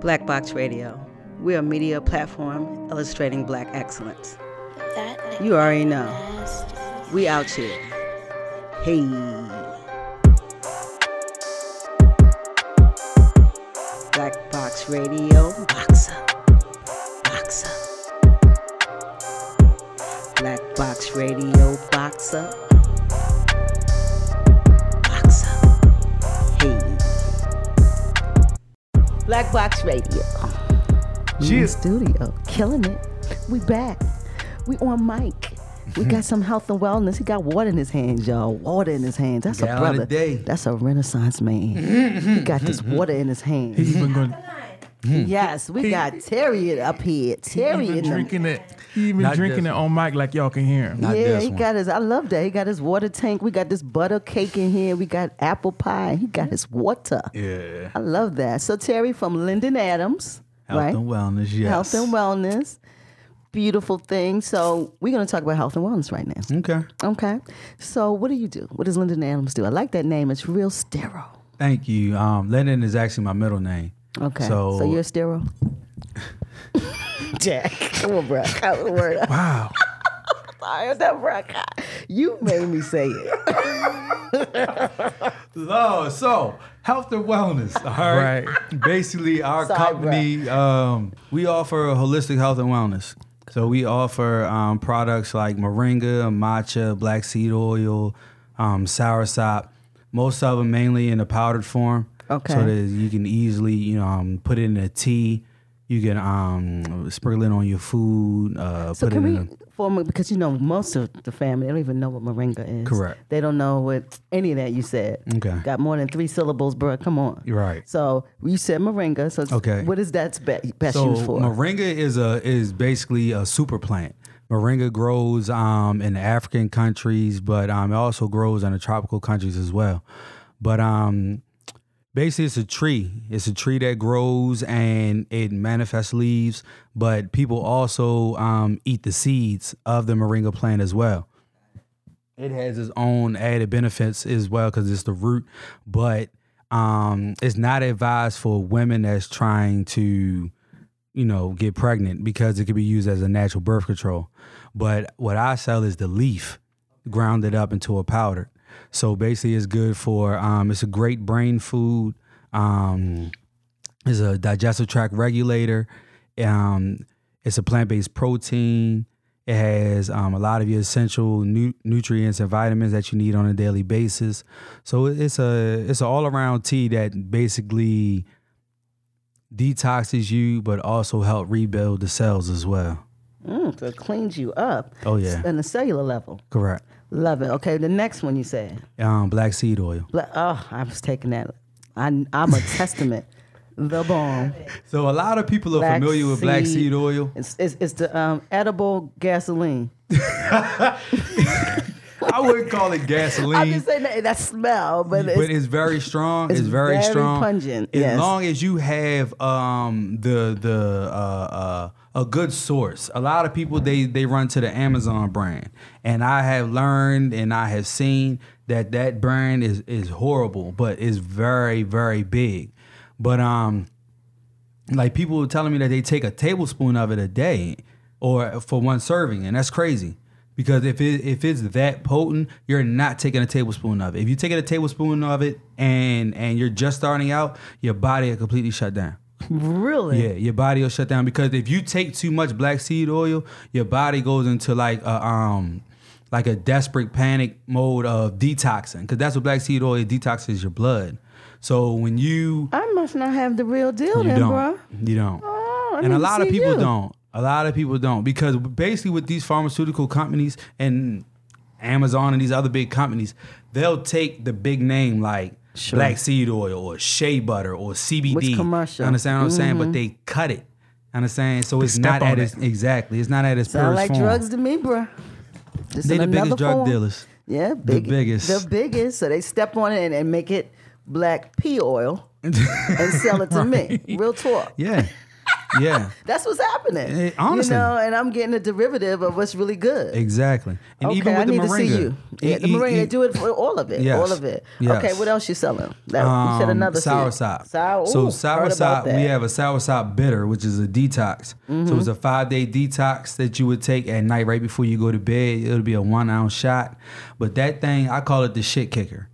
Black Box Radio. We're a media platform illustrating black excellence. That You already know. nasty. We out here. Hey. Black Box Radio. Box up. Box up. Black Box Radio. Box up. Box up. Hey. Black Box Radio. She in is- studio. Killing it. We back. We on mic. We got some health and wellness. He got water in his hands, y'all. Water in his hands. That's a Gallon a brother. day. That's a renaissance man. he got this water in his hands. He's been going, yes, we got Terry up here. Terry in Even the drinking it, even Not drinking this it on mic like y'all can hear him. not yeah, this he one. got his. I love that. He got his water tank. We got this butter cake in here. We got apple pie. He got his water. yeah. I love that. So Terry from Linden Adams, Health right? and wellness, yes. Health and wellness, beautiful thing. So we're gonna talk about health and wellness right now. Okay. Okay. So what do you do? What does Lyndon Adams do? I like that name. It's real sterile. Thank you. Um, Lennon is actually my middle name. Okay. So, you're sterile? Jack. Come on, bro. Come on, word. I'm Wow. sorry, I'm not bro. You made me say it. Lord, so health and wellness. All right. Right. Basically, our Sorry, company, um, we offer holistic health and wellness. So we offer um, products like moringa, matcha, black seed oil, um, soursop. Most of them mainly in a powdered form. Okay. So that you can easily, you know, um, put it in a tea. You can um, sprinkle it on your food. Uh, So put can it we in a, for a mo- because you know most of the family they don't even know what moringa is. Correct. They don't know what any of that you said. Okay. Got more than three syllables, bro. Come on. You're right. So you said moringa. So it's- Okay. what is that be- best so used for? moringa is a is basically a super plant. Moringa grows um, in African countries, but um, it also grows in the tropical countries as well. But um, basically, it's a tree. It's a tree that grows and it manifests leaves. But people also um, eat the seeds of the moringa plant as well. It has its own added benefits as well because it's the root, but um, it's not advised for women that's trying to you know, get pregnant because it could be used as a natural birth control. But what I sell is the leaf ground it up into a powder. So basically, it's good for. Um, it's a great brain food. Um, it's a digestive tract regulator. Um, it's a plant based protein. It has um, a lot of your essential nu- nutrients and vitamins that you need on a daily basis. So it- it's a it's an all around tea that basically detoxes you, but also help rebuild the cells as well. Mm, so it cleans you up. Oh, yeah. On the cellular level. Correct. Love it. Okay, the next one you said. Um, black seed oil. Bla- Oh, I was taking that. I, I'm a testament. The bomb. So a lot of people are Black familiar with black seed. seed oil. It's, it's, it's the um, edible gasoline. I wouldn't call it I'm gasoline. just saying that, that smell, but, but it's, it's very strong. It's, it's very, very strong. pungent, As yes. long as you have um, the the uh, uh, a good source. A lot of people they they run to the Amazon brand, and I have learned and I have seen that that brand is is horrible, but it's very very big. But um, like people were telling me that they take a tablespoon of it a day or for one serving and that's crazy because if it if it's that potent you're not taking a tablespoon of it if you take a tablespoon of it and and you're just starting out your body will completely shut down really. yeah your body will shut down because if you take too much black seed oil your body goes into like a um like a desperate panic mode of detoxing because that's what black seed oil detoxes your blood so when you I must not have the real deal you then, don't. bro. You don't. Oh, I and need a to lot of see people you. don't. A lot of people don't because basically with these pharmaceutical companies and Amazon and these other big companies, they'll take the big name like Sure. black seed oil or shea butter or CBD. Which commercial? Mm-hmm. Understand what I'm saying? But they cut it. Understand? So it's step not at on its it. exactly. It's not at its Sound like purest form. drugs to me, bro. Just They in the biggest another drug form. dealers. Yeah, big, biggest. The biggest. So they step on it and, and make it black pea oil and sell it to me. Real talk. Yeah. yeah, That's what's happening. Eh, honestly. You know, and I'm getting a derivative of what's really good. exactly. And okay, even with I the need moringa, to see you. Yeah, the e- e- moringa, e- do it for all of it. Yes. All of it. Yes. Okay, what else you selling? That, Oh, you said um, another sour food. sop. Sour. ooh, so heard sour about sop, that. Mm-hmm. we have a sour sop bitter, which is a detox. So it's a five day detox that you would take at night right before you go to bed. It'll be a one ounce shot, but that thing I call it the shit kicker.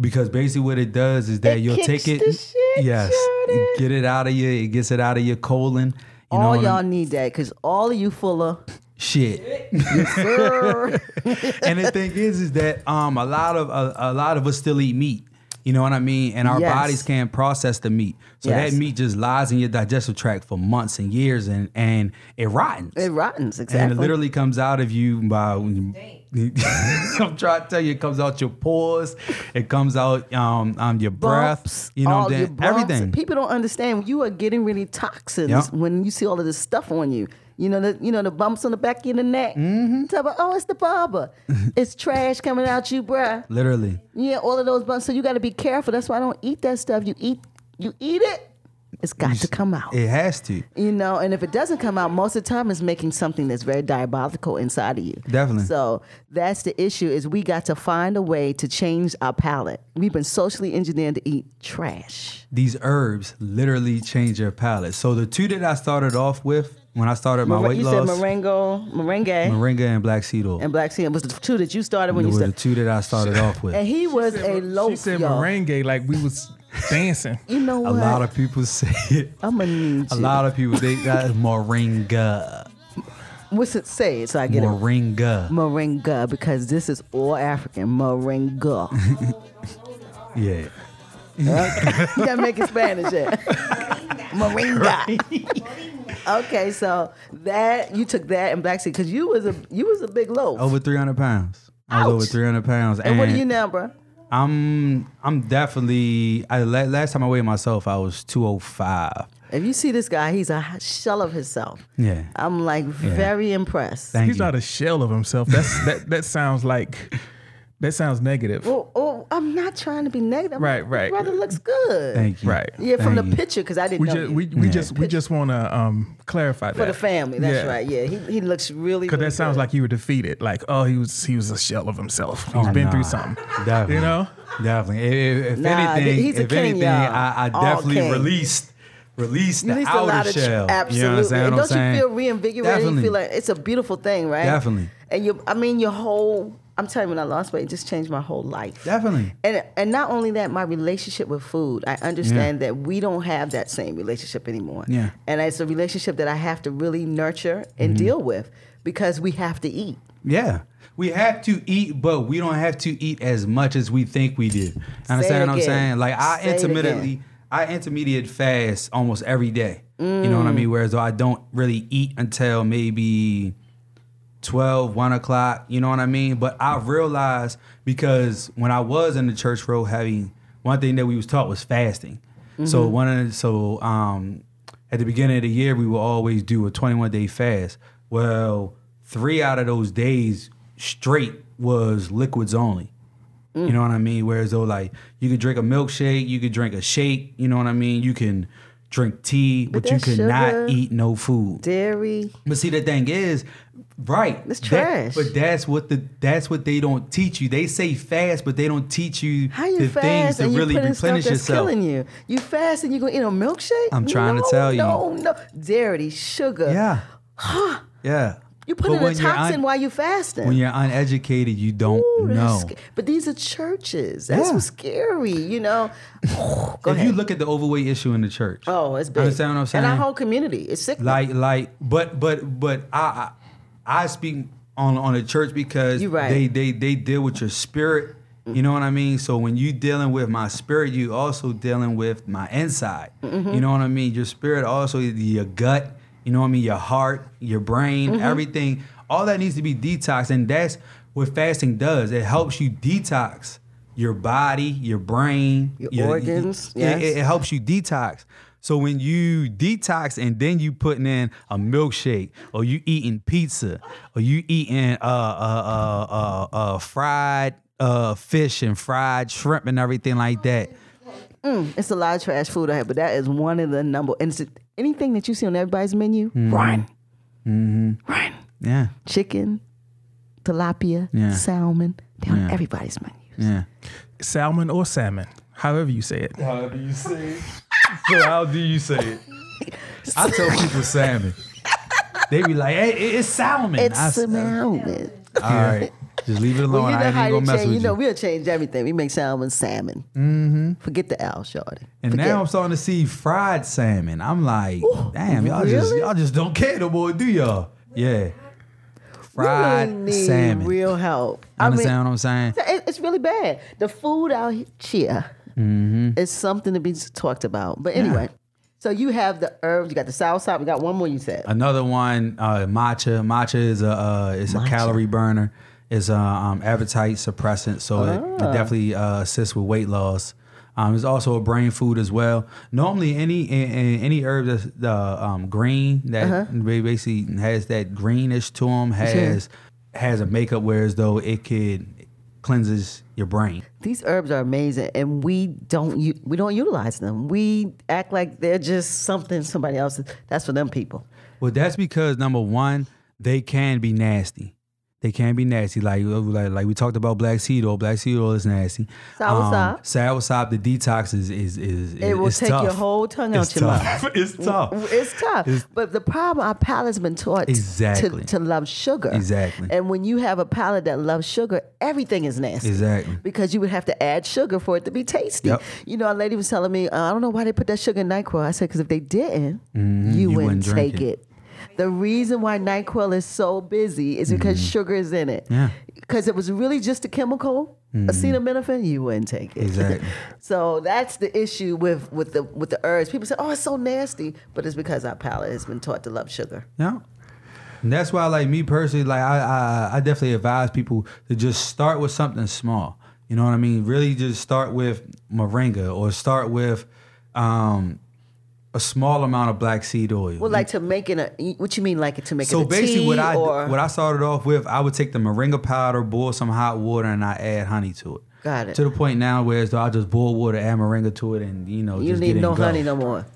Because basically, what it does is that It you'll kicks take it, the shit, yes, Jordan. get it out of you. It gets it out of your colon. You know all what I'm- y'all need that because all of you full of shit. Grr. and the thing is, is that um, a lot of a, a lot of us still eat meat. You know what I mean? And our Yes. bodies can't process the meat, so Yes. that meat just lies in your digestive tract for months and years, and and it rottens. it rottens exactly. And it literally comes out of you by. I'm trying to tell you, it comes out your pores, it comes out um, um your Bumps, breath, you know, all what I'm your saying? bumps. everything. People don't understand. You are getting really toxins Yep. when you see all of this stuff on you. You know, the, you know the bumps on the back of the neck. Mm-hmm. Talk about, oh, it's the barber. it's trash coming out you, bruh. Literally, Yeah, all of those buns. So you got to be careful. That's why I don't eat that stuff. You eat, you eat it. It's got to come out. it has to. You know, and if it doesn't come out, most of the time it's making something that's very diabolical inside of you. Definitely. So that's the issue is we got to find a way to change our palate. We've been socially engineered to eat trash. these herbs literally change your palate. So the two that I started off with when I started my Mor- weight you loss, said merengue, merengue, moringa and black seed oil, and black sea was the two that you started when were you the started. two that I started off with. and he was a loaf, She said y'all. merengue like we was dancing. You know A what? lot of people say it. I'm gonna need A you. lot of people they got moringa, What's it say? So I get it moringa. Moringa because this is all African. Moringa. Yeah, you gotta make it Spanish. Yeah. Moringa. okay, so that you took that and black sea because you was a you was a big loaf. Oh, over three hundred pounds. I was Ouch. over three hundred pounds, and what are you now, bruh? I'm I'm definitely. I la- last time I weighed myself, I was two hundred five. If you see this guy, he's a h- shell of himself. Yeah. I'm like very impressed. Thank He's you. not a shell of himself. That's that that sounds like that sounds negative. oh, oh, I'm not trying to be negative. Right, right. Brother looks good. Thank you. Right. Yeah, from Thank the you. picture because I didn't we know just you. we, we Yeah. just we just want to um clarify that for the family. That's Yeah. right. Yeah, he, he looks really. Cause really that sounds like you were defeated. Like, oh, he was he was a shell of himself. He's Oh, been through nah. something. Definitely. You know? Definitely. If, if Nah, anything, he's a if king, anything, y'all. I, I All definitely king. released released the Released a lot outer of tr- shell. Absolutely. You know what I'm saying? And What I'm don't saying? you feel reinvigorated? You Definitely. feel like it's a beautiful thing, right? Definitely. And you, I mean, your whole. I'm telling you, when I lost weight, it just changed my whole life. Definitely. And and not only that, my relationship with food. I understand that we don't have that same relationship anymore. Yeah. Mm-hmm. And it's a relationship that I have to really nurture and deal with because we have to eat. Yeah. We have to eat, but we don't have to eat as much as we think we do. Understand Say it what I'm again. saying? Like I Say it intermittently I intermediate fast almost every day. You know what I Mm. mean? Whereas I don't really eat until maybe 12, 1 o'clock, you know what I mean? But I realized because when I was in the church row having one thing that we was taught was fasting. So Mm-hmm. one of the, so um at the beginning of the year we will always do a 21 day fast. Well, three out of those days straight was liquids only. You know what I mean? Whereas though like you could drink a milkshake, you could drink a shake, you know what I mean? You can drink tea, but, you that's could sugar. not eat no food. Dairy. But see, the thing is, right? It's that- trash. but that's what the that's what they don't teach you. They say fast, but they don't teach you How you the things fast to and you really put in stuff replenish that's yourself. killing you? You fast and you gonna eat a milkshake? I'm trying to No, tell you. No, no, dairy, sugar. Yeah, yeah. You But put in a when you're toxin un- while you fasting. when you're uneducated, you don't Ooh, that's know. sc- But these are churches. That's Yeah. what's scary, you know. Go If ahead. you look at the overweight issue in the church, oh, it's big. Understand what I'm saying? And our whole community is sick. like like but but but I I, I speak on on the church because You right. they they they deal with your spirit. You know what I mean? So when you dealing with my spirit, you also dealing with my inside. Mm-hmm. You know what I mean? Your spirit also your gut, you know what I mean, your heart, your brain, Mm-hmm. everything. All that needs to be detoxed and that's what fasting does. It helps you detox your body, your brain, Your organs, Yeah, yes. it- it helps you detox. So when you detox and then you putting in a milkshake or you eating pizza or you eating uh uh uh uh, uh fried uh fish and fried shrimp and everything like that. It's a lot of trash food I have, but that is one of the number. And it's anything that you see on everybody's menu, Mm-hmm. run, run. Yeah. Chicken, tilapia, Yeah. salmon, down Yeah. everybody's menu. Yeah. Salmon or salmon, however you say it. How do you say it? So how do you say it? I tell people salmon. They be like, hey, it- it's salmon. It's I s- salmon. all right. Just leave it alone. Well, you I know ain't how even to gonna change. mess with You you. know, we'll change everything. We make salmon salmon. Mm-hmm. Forget the L, shorty. and Forget. now I'm starting to see fried salmon. I'm like, damn, y'all just really? y'all just don't care no more, do y'all? Yeah. Fried we really need salmon. real help. I mean, Understand what I'm saying? it- it's really bad. The food out here Mm-hmm. is something to be talked about. But anyway, so you have the herbs. You got the south side. We got one more. You said Another one, uh, matcha. Matcha is a uh, it's a calorie burner. It's a um, appetite suppressant, so it, it definitely uh, assists with weight loss. Um, it's also a brain food as well. Normally, any a- a- any herb that's the um, green that ba- basically has that greenish to them has has a makeup, whereas though it could cleanses your brain. these herbs are amazing, and we don't u- we don't utilize them. We act like they're just something somebody else. That's for them people. Well, that's because number one, they can be nasty. They can be nasty. Like uh, like, like we talked about black seed oil. Black seed oil is nasty. Soursop. soursop, the detox is is is It will is take tough. your whole tongue out It's your mouth. tough. it's tough. It's tough. It's- but the problem, our palate's been taught Exactly. to, to love sugar. Exactly. And when you have a palate that loves sugar, everything is nasty. Exactly. Because you would have to add sugar for it to be tasty. Yep. You know, a lady was telling me, uh, I don't know why they put that sugar in NyQuil. I said, because if they didn't, you, Mm-hmm. you wouldn't, wouldn't drink take it. it. The reason why NyQuil is so busy is because sugar is in it. Mm-hmm. Yeah. Mm-hmm. Because it was really just a chemical, acetaminophen, you wouldn't take it. Exactly. So that's the issue with with the with the herbs. People say, "Oh, it's so nasty," but it's because our palate has been taught to love sugar. Yeah. And that's why, like me personally, like I, I, I definitely advise people to just start with something small. You know what I mean? Really, just start with moringa or start with um, a small amount of black seed oil. Well, like to make it a what you mean, like it to make So it a basically, tea what I or what I started off with, I would take the moringa powder, boil some hot water, and I add honey to it. Got it. To the point now where it's, I just boil water, add moringa to it, and you know, you don't just need get it no and go. honey no more.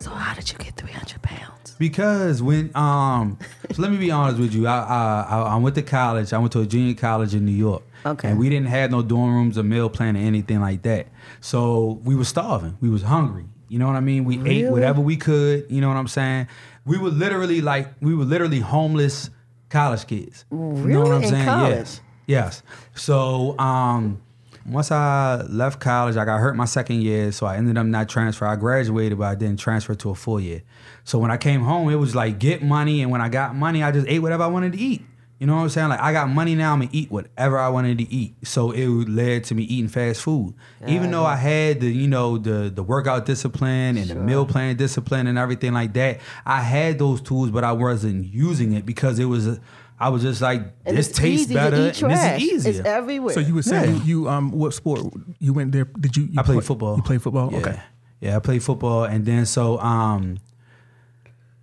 So how did you get three hundred pounds? Because when um, so let me be honest with you, I, I I I went to college. I went to a junior college in New York. Okay. And we didn't have no dorm rooms or meal plan or anything like that. So we were starving. We was hungry. You know what I mean? We ate whatever we could. You know what I'm saying? We were literally like we were literally homeless college kids. You know Really? what I'm In saying? college? Yes. Yes. So um, once I left college, like I hurt my second year, so I ended up not transfer. I graduated, but I didn't transfer to a full year. So when I came home, it was like get money, and when I got money, I just ate whatever I wanted to eat. You know what I'm saying? Like I got money now, I'm gonna eat whatever I wanted to eat. So it led to me eating fast food, even though I had the you know the the workout discipline and the meal plan discipline and everything like that. I had those tools, but I wasn't using it because it was. I was just like, And this it's tastes easy better. To eat trash. And this is easier. It's everywhere. So you were saying Yeah. you um what sport you went there? Did you? you I played play- football. You played football. Yeah. Okay. Yeah, I played football, and then so um,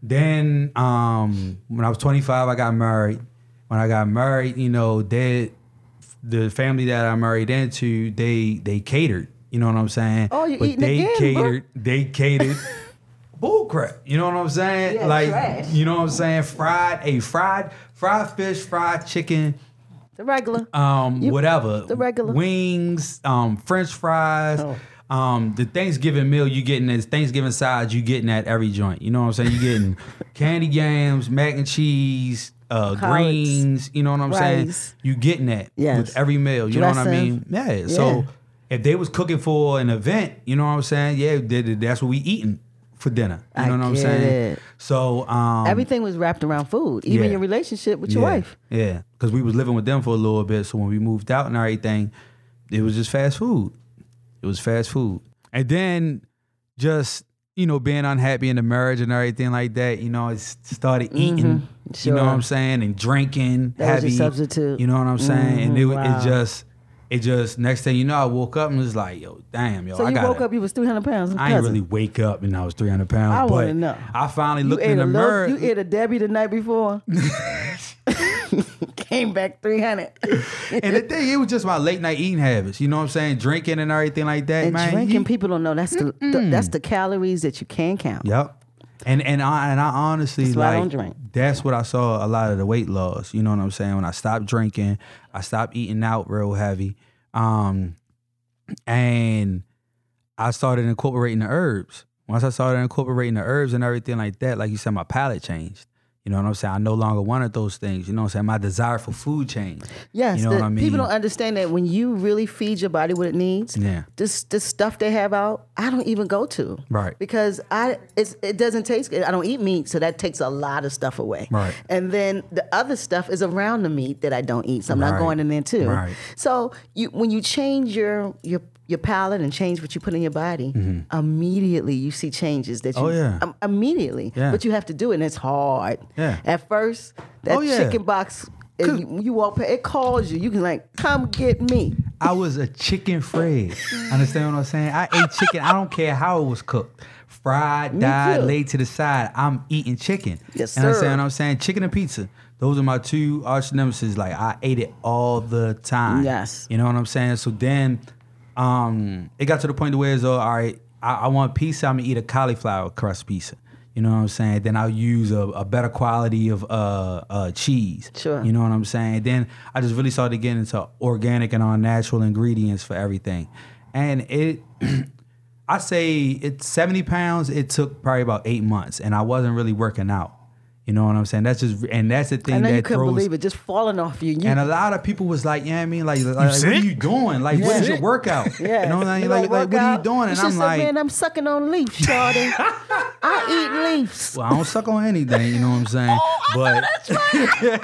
then um, when I was 25, I got married. When I got married, you know, that the family that I married into, they they catered. You know what I'm saying? Oh, you're but eating they again, bro. catered. They catered. Bull crap. You know what I'm saying? Yeah, like trash. you know what I'm saying? Fried a fried fried fish, fried chicken the regular. um, You- whatever, the regular. wings, um, French fries. Oh. Um, the Thanksgiving meal you getting is Thanksgiving sides you getting at every joint. You know what I'm saying? You getting candy yams, mac and cheese, uh, Collards, greens. You know what I'm saying? rice. You getting that Yes. with every meal. You know what I Dressing. mean? Yeah. Yeah. So if they was cooking for an event, you know what I'm saying? Yeah, they- they- that's what we eating for dinner. You I know what I'm get saying? it. So um, Everything was wrapped around food, even Yeah. your relationship with your yeah, wife. Yeah, because we was living with them for a little bit. So when we moved out and everything, it was just fast food. It was fast food, and then just you know being unhappy in the marriage and everything like that. You know, I s- started eating. You Mm-hmm. sure. know what I'm saying, and drinking. That was your heavy, substitute. Mm-hmm. You know what I'm saying, and it, wow. it just. It just next thing you know, I woke up and was like, "Yo, damn, yo, So I you got woke up, you was three hundred pounds. I didn't really wake up and I was 300 pounds. I wanna but know. I finally You looked ate in a the little- mirror. You ate a Debbie the night before. came back 300. And the thing, it was just my late night eating habits. You know what I'm saying? Drinking and everything like that. and man. drinking, You- people don't know that's the, the that's the calories that you can count. Yep. And and I and I honestly That's why I like don't drink. that's what I saw a lot of the weight loss. You know what I'm saying? When I stopped drinking, I stopped eating out real heavy, um, and I started incorporating the herbs. Once I started incorporating the herbs and everything like that, like you said, my palate changed. You know what I'm saying? I no longer wanted those things. You know what I'm saying? My desire for food changed. Yes, You know the- what I mean? people don't understand that when you really feed your body what it needs, Yeah. this this stuff they have out, I don't even go to. Right. Because I it's, it doesn't taste good. I don't eat meat, so that takes a lot of stuff away. Right. And then the other stuff is around the meat that I don't eat, so I'm not Right. going in there too. Right. So you when you change your your your palate and change what you put in your body, immediately you see changes that you Mm-hmm. Oh, yeah. im- immediately. Yeah. But you have to do it and it's hard. Yeah. At first, that Oh, yeah. chicken box and you, you walk past, it calls you. You can like, come get me. I was a chicken Fred. Understand what I'm saying? I ate chicken. I don't care how it was cooked. Fried, Me died, too. laid to the side. I'm eating chicken. Yes, and sir. Understand what I'm saying? Chicken and pizza. Those are my two arch nemesis. Like I ate it all the time. Yes. You know what I'm saying? So then um it got to the point where it's all, all right, I, I want pizza, I'm gonna eat a cauliflower crust pizza. You know what I'm saying? Then I'll use a, a better quality of uh, uh, cheese. Sure. You know what I'm saying? Then I just really started getting into organic and all natural ingredients for everything. And it, I say it's 70 pounds, it took probably about eight months. And I wasn't really working out. You know what I'm saying? That's just, and that's the thing I know that you couldn't throws, believe it just falling off you. You- and a lot of people was like, yeah, I mean, like, like, what are sick? you doing? Like, what is your sick? workout? yeah. You know what I mean? You Like, like, what are you workout? doing? And should I'm say, like, man, I'm sucking on leaves, Shawty. I eat leaves. well, I don't suck on anything. You know what I'm Oh, saying? but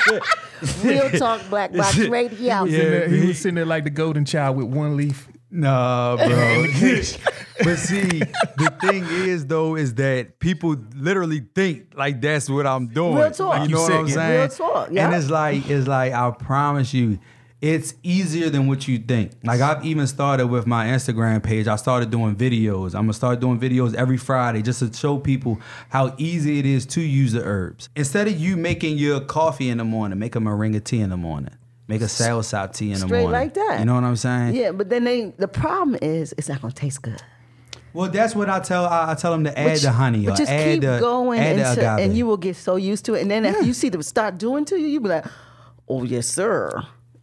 Real talk, Black Box Radio. He was sitting there- he he- was sitting there like the golden child with one leaf. Nah, bro. but see, the thing is though, is that people literally think like that's what I'm doing. Real talk. Like, you know what I'm Real saying? talk, yeah. And it's like, it's like I promise you, it's easier than what you think. Like I've even started with my Instagram page. I started doing videos. I'm gonna start doing videos every Friday just to show people how easy it is to use the herbs. Instead of you making your coffee in the morning, make a moringa tea in the morning. Make a salsa tea in the Straight morning. like that. You know what I'm saying? Yeah, but then they the problem is it's not gonna taste good. Well, that's what I tell. I, I tell them to add But the you- honey. but or just add keep the, going add the until- agave. and you will get so used to it. And then after you see them start doing to you, you be like, oh yes, sir.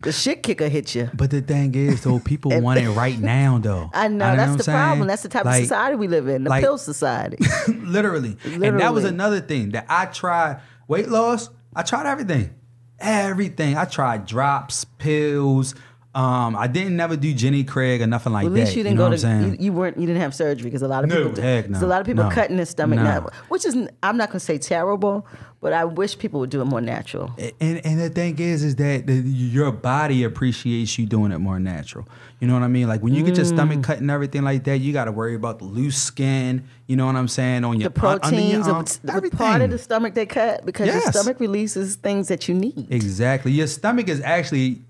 The shit kicker hit you. but the thing is, though, people want it right now, though. I know, what that's I'm the saying? problem. That's the type Like- of society we live in, the like- pill society. literally. And that was Literally. another thing that I tried weight loss. I tried everything, everything. I tried drops, pills. Um, I didn't never do Jenny Craig or nothing like At least that. you didn't know go what I'm to saying? you, you weren't you didn't have surgery because a lot of No, people do. heck no, There's a lot of people no, cutting their stomach no. now, which is I'm not gonna say terrible, but I wish people would do it more natural. and and the thing is is that the, your body appreciates you doing it more natural you know what i mean like when you get your Mm. stomach cut and everything like that you got to worry about the loose skin you know what i'm saying on your The proteins, under your of, arm, the part um, everything. of the stomach they cut because your Yes. stomach releases things that you need. exactly your stomach is actually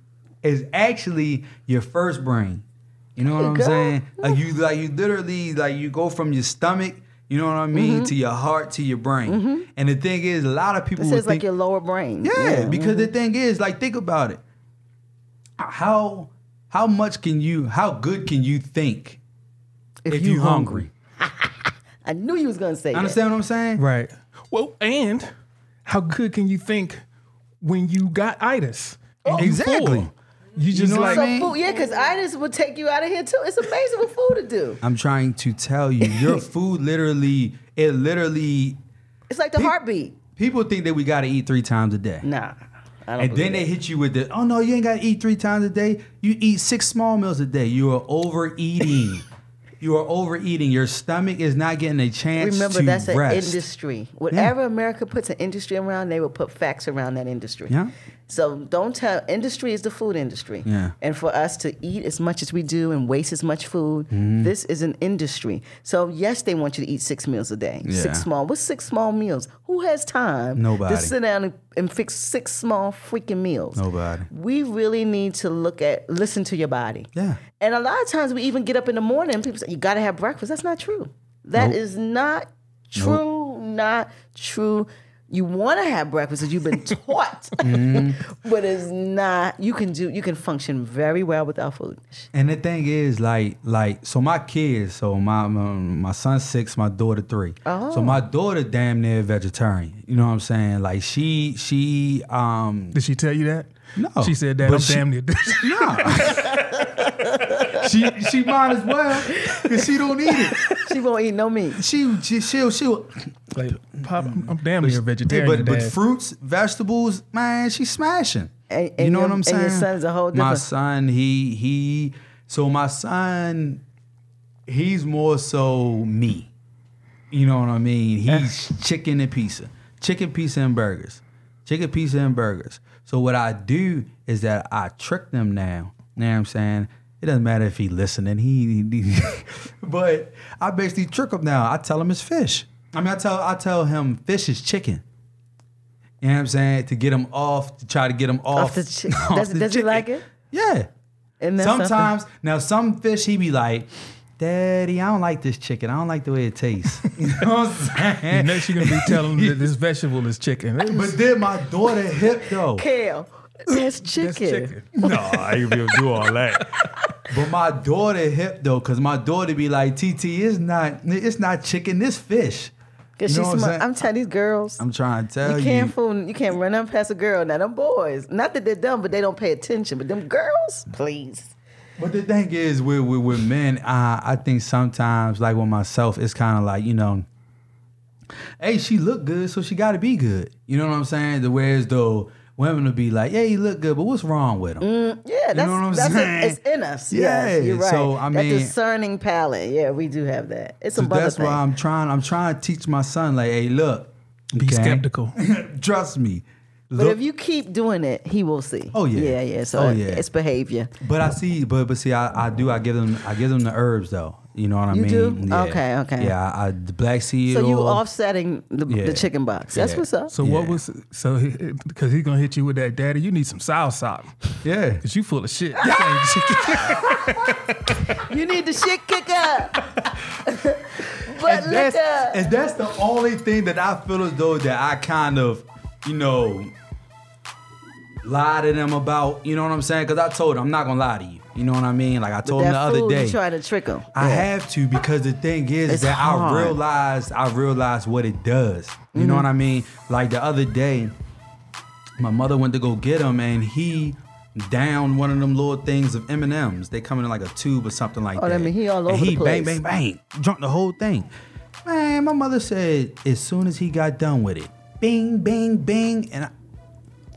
is actually your first brain you know There what you i'm go. saying like you like you literally like you go from your stomach you know what i mean Mm-hmm. to your heart to your brain and the thing is a lot of people It would says Mm-hmm. like think- your lower brain. Yeah, because the thing is, like, think about it. How how much can you? How good can you think if, you, hungry? I knew you was gonna say Understand what I'm saying? Right. Well, and how good can you think when you got itis? and you Oh, Exactly. full? You just know what I like that. So mean? food, yeah, because itis will take you out of here too. It's amazing what food to do. I'm trying to tell you, your food literally, it literally. It's like the heartbeat. People think that we got to eat three times a day, Nah, I don't. and believe then they that. hit you with the, oh no, you ain't got to eat three times a day. You eat six small meals a day. You are overeating. you are overeating. Your stomach is not getting a chance remember to that's an rest. industry. Whatever America puts an industry around, they will put facts around that industry. Yeah. So don't tell. Industry is the food industry. Yeah. And for us to eat as much as we do and waste as much food, Mm-hmm. this is an industry. So yes, they want you to eat six meals a day. Yeah. Six small. What's six small meals? Who has time? Nobody. To sit down and, and fix six small freaking meals. Nobody. We really need to look at listen to your body. Yeah. And a lot of times we even get up in the morning and people say, You gotta have breakfast. That's not true. That is not true, not true. you want to have breakfast as you've been taught, Mm-hmm. but it's not. You can do. You can function very well without food. And the thing is, like, like, so my kids, so my my, my son's six, my daughter three. So my Oh. daughter damn near vegetarian. You know what I'm saying? Like she she um Did she tell you that? No, She said that. but I'm she- damn near. she she might as well because she don't eat it. She won't eat no meat. She she she'll she'll like, Pop, I'm, I'm damn near vegetarian. But but Dad. fruits, vegetables, man, she's smashing. And- you and know your- what I'm and saying? your son's a whole My different- son, he he. So my son, he's more so me. You know what I mean? Eh. He's chicken and pizza, chicken pizza and burgers, chicken pizza and burgers. So what I do is that I trick them now. You know what I'm saying? It doesn't matter if he listening. He, he- he- but I basically trick him now. I tell him it's fish. I mean, I tell I tell him fish is chicken. You know what I'm saying? To get him off, to try to get him off. the chi- off Does- the does he chicken. like it? Yeah. And that's something- Sometimes now some fish he be like, Daddy, I don't like this chicken. I don't like the way it tastes. You know what I'm You saying? know she gonna be telling them that this vegetable is chicken. That was- But then my daughter hip though. kale. That's chicken. That's chicken. No, I ain't gonna do all that. But my daughter hip though, cause my daughter be like, TT, it's not it's not chicken, it's fish. You 'Cause she's know what I'm smart. saying? I'm, telling these girls. I'm trying to tell you you. can't fool. You can't run up past a girl. Now them boys, not that they're dumb, but they don't pay attention. But them girls, please. But the thing is, with with, with men, uh, I think sometimes, like with myself, it's kind of like you know, hey, she look good, so she got to be good. You know what I'm saying? The whereas though women will be like, yeah, you look good, but what's wrong with him? Mm, Yeah, that's know what I'm that's saying? it. It's in us. yes, Yeah, you're right. so, I that mean- discerning palate. Yeah, we do have that. It's So a mother that's thing. why I'm trying. I'm trying to teach my son, like, hey, look, Be okay? skeptical. Trust me. but Look- if you keep doing it, he will see. Oh, yeah, yeah. yeah. So Oh, it- yeah. it's behavior. But I see, but but see, I, I do. I give them, I give them the herbs though. You know what I You mean? do? Yeah. Okay, okay. Yeah, I, I the black seed. So you oil. offsetting the, Yeah. the chicken box. That's Yeah. what's up. So Yeah. what was so? Because he gonna hit you with that, daddy. You need some salsa. Yeah. Cause you full of shit. This ain't chicken. You need the shit kicker. but and that's, liquor. and that's the only thing that I feel as though that I kind of, you know, lie to them about. You know what I'm saying? Because I told them I'm not gonna lie to you. You know what I mean? Like I told them the That other fool, day. you trying to trick him. I have to because the thing is It's that hard. Mm-hmm. I realized I realized what it does. You know what I mean? Like the other day, my mother went to go get him and he downed one of them little things of M and M's. They come in like a tube or something like Oh, that. that mean he all over And the he bang, place. bang, bang, drunk the whole thing. Man, my mother said as soon as he got done with it, bing, bing, bing, and I,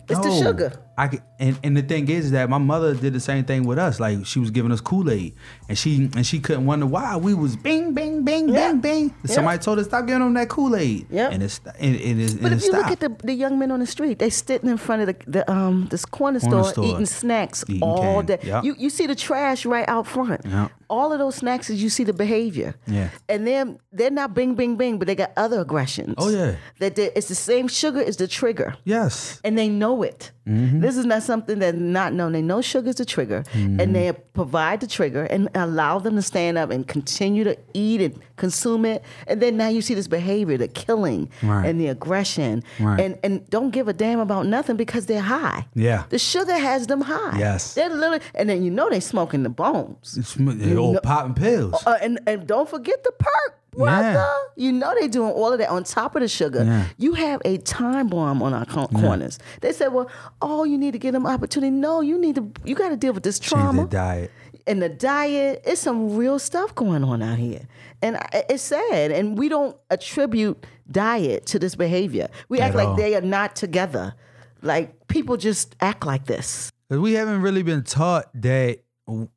It's the no. sugar. I could, and, and the thing is that my mother did the same thing with us. Like she was giving us Kool Aid, and she and she couldn't wonder why we was bing bing bing Yeah. bing bing. Yeah. Somebody told us stop giving them that Kool Aid. Yeah. and it's and, and it's But and if it you stopped. look at the, the young men on the street, they sitting in front of the, the um this corner, Corner store, store. eating snacks Eating all candy. day. Yep. You you see the trash right out front. Yep. All of those snacks is you see the behavior. Yeah. And then they're not bing bing bing, but they got other aggressions. Oh, yeah. That they- it's the same sugar is the trigger. yes, and they know it. Mm-hmm. This is not something that's not known. They know sugar's the trigger, Mm-hmm. and they provide the trigger and allow them to stand up and continue to eat and consume it. And then now you see this behavior, the killing Right. and the aggression, Right. and and don't give a damn about nothing because they're high. Yeah. the sugar has them high. Yes. they're literally, and then you know they smoking the bones. it's the old know- popping pills. Uh, and and don't forget the perk. brother. Yeah. You know they doing all of that on top of the sugar. Yeah. You have a time bomb on our co- corners. They said, "Well, oh, you need to get them opportunity." No, you need to. You got to deal with this Change trauma the diet. and the diet. It's some real stuff going on out here, and I- it's sad. And we don't attribute diet to this behavior. We act At like all. they are not together. Like people just act like this. Cause we haven't really been taught that w-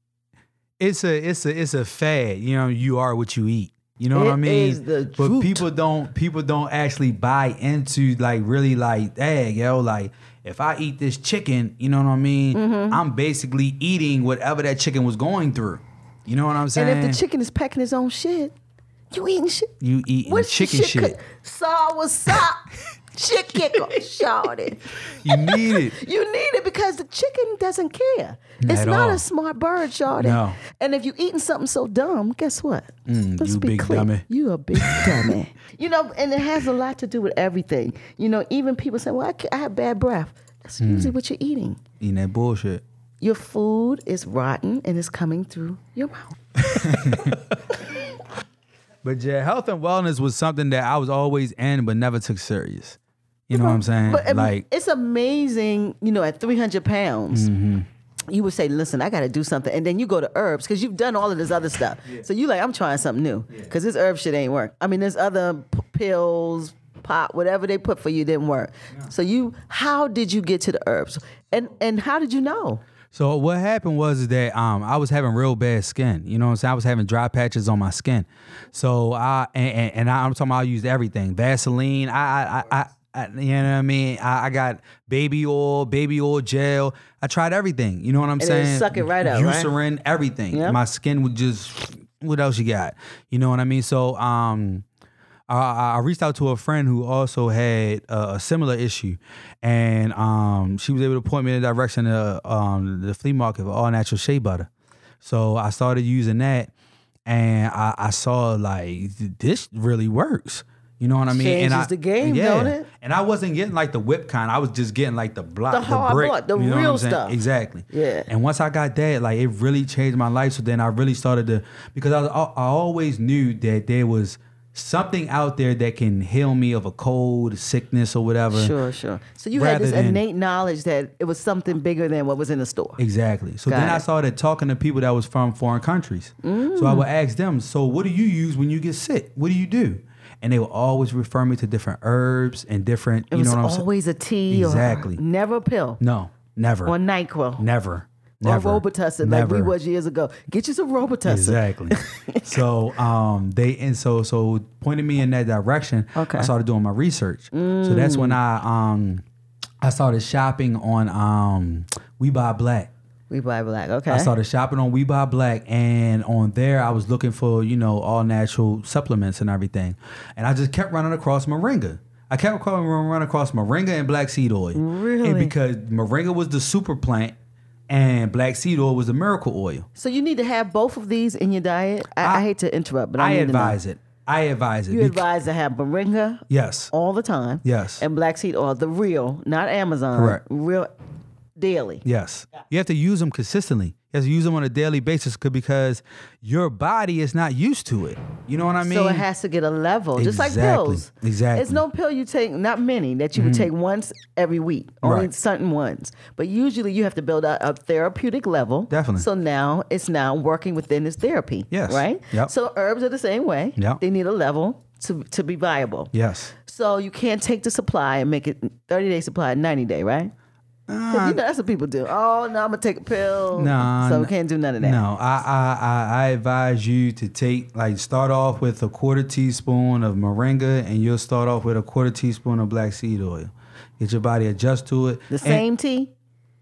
it's a it's a it's a fad. You know, you are what you eat. You know what It I mean? is the but truth. people don't people don't actually buy into like really like, hey, yo, like if I eat this chicken, you know what I mean? Mm-hmm. I'm basically eating whatever that chicken was going through. You know what I'm saying? And if the chicken is packing his own shit, you eitting shit. you eating What's chicken the shit. shit? Saw was up. Chick kick 'em, shawty. You need it. You need it because the chicken doesn't care. It's At not all. a smart bird, Shawty. No. Mm, And if you eating something so dumb, guess what? you big dummy. You a big dummy. you know, and it has a lot to do with everything. You know, even people say, "Well, I, ca- I have bad breath." That's Hmm. usually what you're eating. Eating that bullshit. Your food is rotten and it's coming through your mouth. But yeah, health and wellness was something that I was always in, but never took serious. You know what I'm saying? But I mean, Mm-hmm. like, it's amazing, you know, at 300 pounds. Mm-hmm. You would say, "Listen, I got to do something," and then you go to herbs because you've done all of this other stuff. So you like, I'm trying something new because this herb shit ain't work. I mean, there's other p- pills, pot, whatever they put for you didn't work. So you, how did you get to the herbs, and and how did you know? So what happened was that um I was having real bad skin. You know what I'm saying? I was having dry patches on my skin. So I and, and, and I, am talking about I used everything. Vaseline, I I I, I, I you know what I mean? I, I got baby oil, baby oil gel. I tried everything. You know what I'm And it saying? suck it right up, right? Eucerin, everything. Yep. My skin would just what else you got? You know what I mean? So um I, I reached out to a friend who also had a, a similar issue, and um, she was able to point me in the direction of um, the flea market for all natural shea butter. So I started using that, and I, I saw like th- this really works. You know what I mean? and Changes I, the game, don't it? And I wasn't getting like the whip kind. I was just getting like the block, The the, hard brick, block, the you know what real I'm saying? stuff. Exactly. Yeah. And once I got that, like it really changed my life. So then I really started to because I, I I always knew that there was something out there that can heal me of a cold, sickness, or whatever. Sure, sure. So you had Rather this than- innate knowledge that it was something bigger than what was in the store. Exactly. So Got then I it. Mm. started talking to people that was from foreign countries. So I would ask them, "So what do you use when you get sick? What do you do?" And they would always refer me to different herbs and different. It you was know what I'm saying? always a tea, Exactly. Or, never a pill, No, never, or Nyquil, never, never. or Robitussin, like we was years ago. Get you some Robitussin. Exactly. so um they and so so pointed me in that direction. Okay. I started doing my research. So that's when I um I started shopping on um We Buy Black. We buy black. Okay. I started shopping on We Buy Black, and on there I was looking for you know all natural supplements and everything, and I just kept running across moringa. I kept calling- running across moringa and black seed oil, Really? and because moringa was the super plant, and black seed oil was the miracle oil. so you need to have both of these in your diet. I, I, I- hate to interrupt, but I, I need to know. advise it. I advise it. You Bec- advise to have moringa yes. all the time. Yes. And black seed oil, the real, not Amazon. Correct. Real, daily. Yes. You have to use them consistently. You have to use them on a daily basis 'cause- because your body is not used to it. You know what I mean? so it has to get a level, just like Exactly. pills. Exactly. Mm-hmm. It's no pill you take, not many that you would take once every week, only Right. certain ones. But usually you have to build a, a therapeutic level. Definitely. So now it's now working within this therapy. Yes. Right. Yep. So herbs are the same way. Yep. They need a level to to be viable. yes. So you can't take the supply and make it 30 day supply, 90 day, right? Uh, 'Cause you know, that's what people do. Oh, no, I'm going to take a pill. Nah, So we n- can't do none of that. No, I, I I I advise you to take like start off with a quarter teaspoon of moringa, and you'll start off with a quarter teaspoon of black seed oil. Get your body adjust to it. The And- same tea?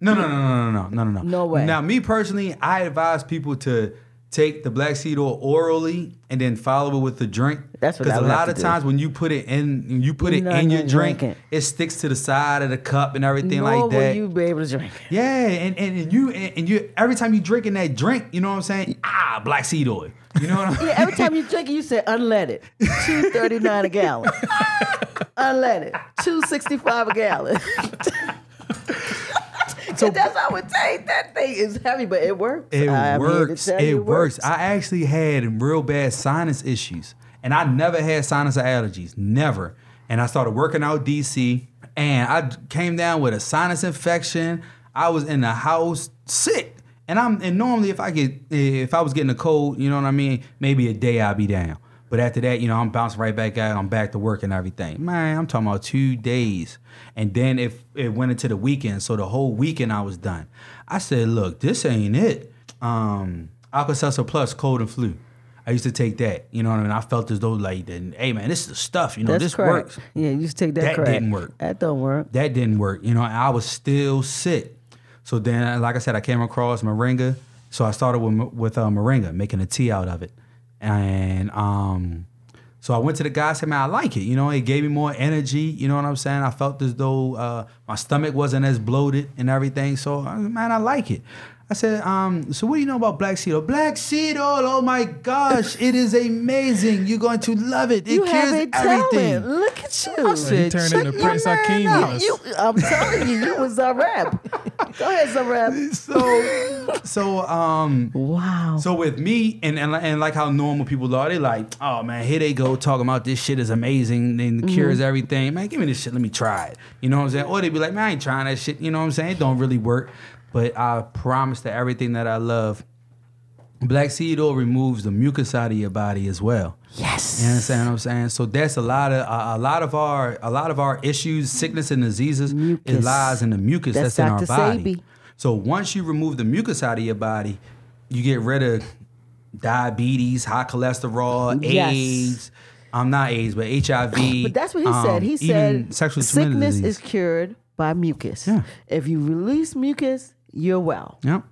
No, no, no, no, no, no, no, no. No way. Now, me personally, I advise people to take the black seed oil orally and then follow it with the drink. That's what I Because a would have lot to of do. times when you put it in, when you put You it know in I your don't drink, drink it sticks to the side of the cup and everything Nor like that. will you be able to drink it. yeah, and, and, and you and, and you every time you drinking that drink, you know what I'm saying? Ah, black seed oil. You know what I'm Yeah, every time you drink it, you say unleaded, two thirty nine a gallon, unleaded, two sixty five a gallon. so that's how it tastes. That thing is heavy, but it works. It I'm here to works. tell It you works. I actually had real bad sinus issues, and I never had sinus or allergies. Never. And I started working out DC, and I d- came down with a sinus infection. I was in the house sick, and I'm and normally if I get if I was getting a cold, you know what I mean, maybe a day I'd be down. But after that, you know, I'm bouncing right back out. I'm back to work and everything. Man, I'm talking about two days. And then if it went into the weekend, so the whole weekend I was done. I said, look, this ain't it. Um, Alka Seltzer Plus, cold and flu. I used to take that. You know what I mean? I felt as though like, then, hey man, this is the stuff. You know, That's this crack. works. Yeah, you should take that. That crack. didn't work. That don't work. That didn't work. You know, I was still sick. So then, like I said, I came across moringa. So I started with with uh, moringa, making a tea out of it, and um, So I went to the guy, said, man, I like it. You know, it gave me more energy. You know what I'm saying? I felt as though uh, my stomach wasn't as bloated and everything. So, I- man, I like it. I said, um, so what do you know about black seed oil? Black seed oil, oh my gosh, it is amazing. You're going to love it. It you cures have a talent. everything. Look at you. I said, turned "Check into your Prince man Hakeem out." with us. You, I'm telling you, you was a rap. Go ahead, Zareb. So, so, um, Wow. So with me and, and and like how normal people are, they like, oh man, here they go talking about this shit is amazing and cures everything. Man, give me this shit, let me try it. You know what I'm saying? Or they be like, man, I ain't trying that shit. You know what I'm saying? It don't really work. But I promise that everything that I love, black seed oil removes the mucus out of your body as well. yes. You understand what I'm saying? So that's a lot of a, a lot of our a lot of our issues, sickness and diseases. It Mucus. lies in the mucus That's that's, in our Dr. body. Sebi. So once you remove the mucus out of your body, you get rid of diabetes, high cholesterol, Yes. AIDS. I'm not AIDS, but HIV. But that's what he um, said. He even said sexually transmitted sickness disease. is cured by mucus. Yeah. If you release mucus, you're well. Yep.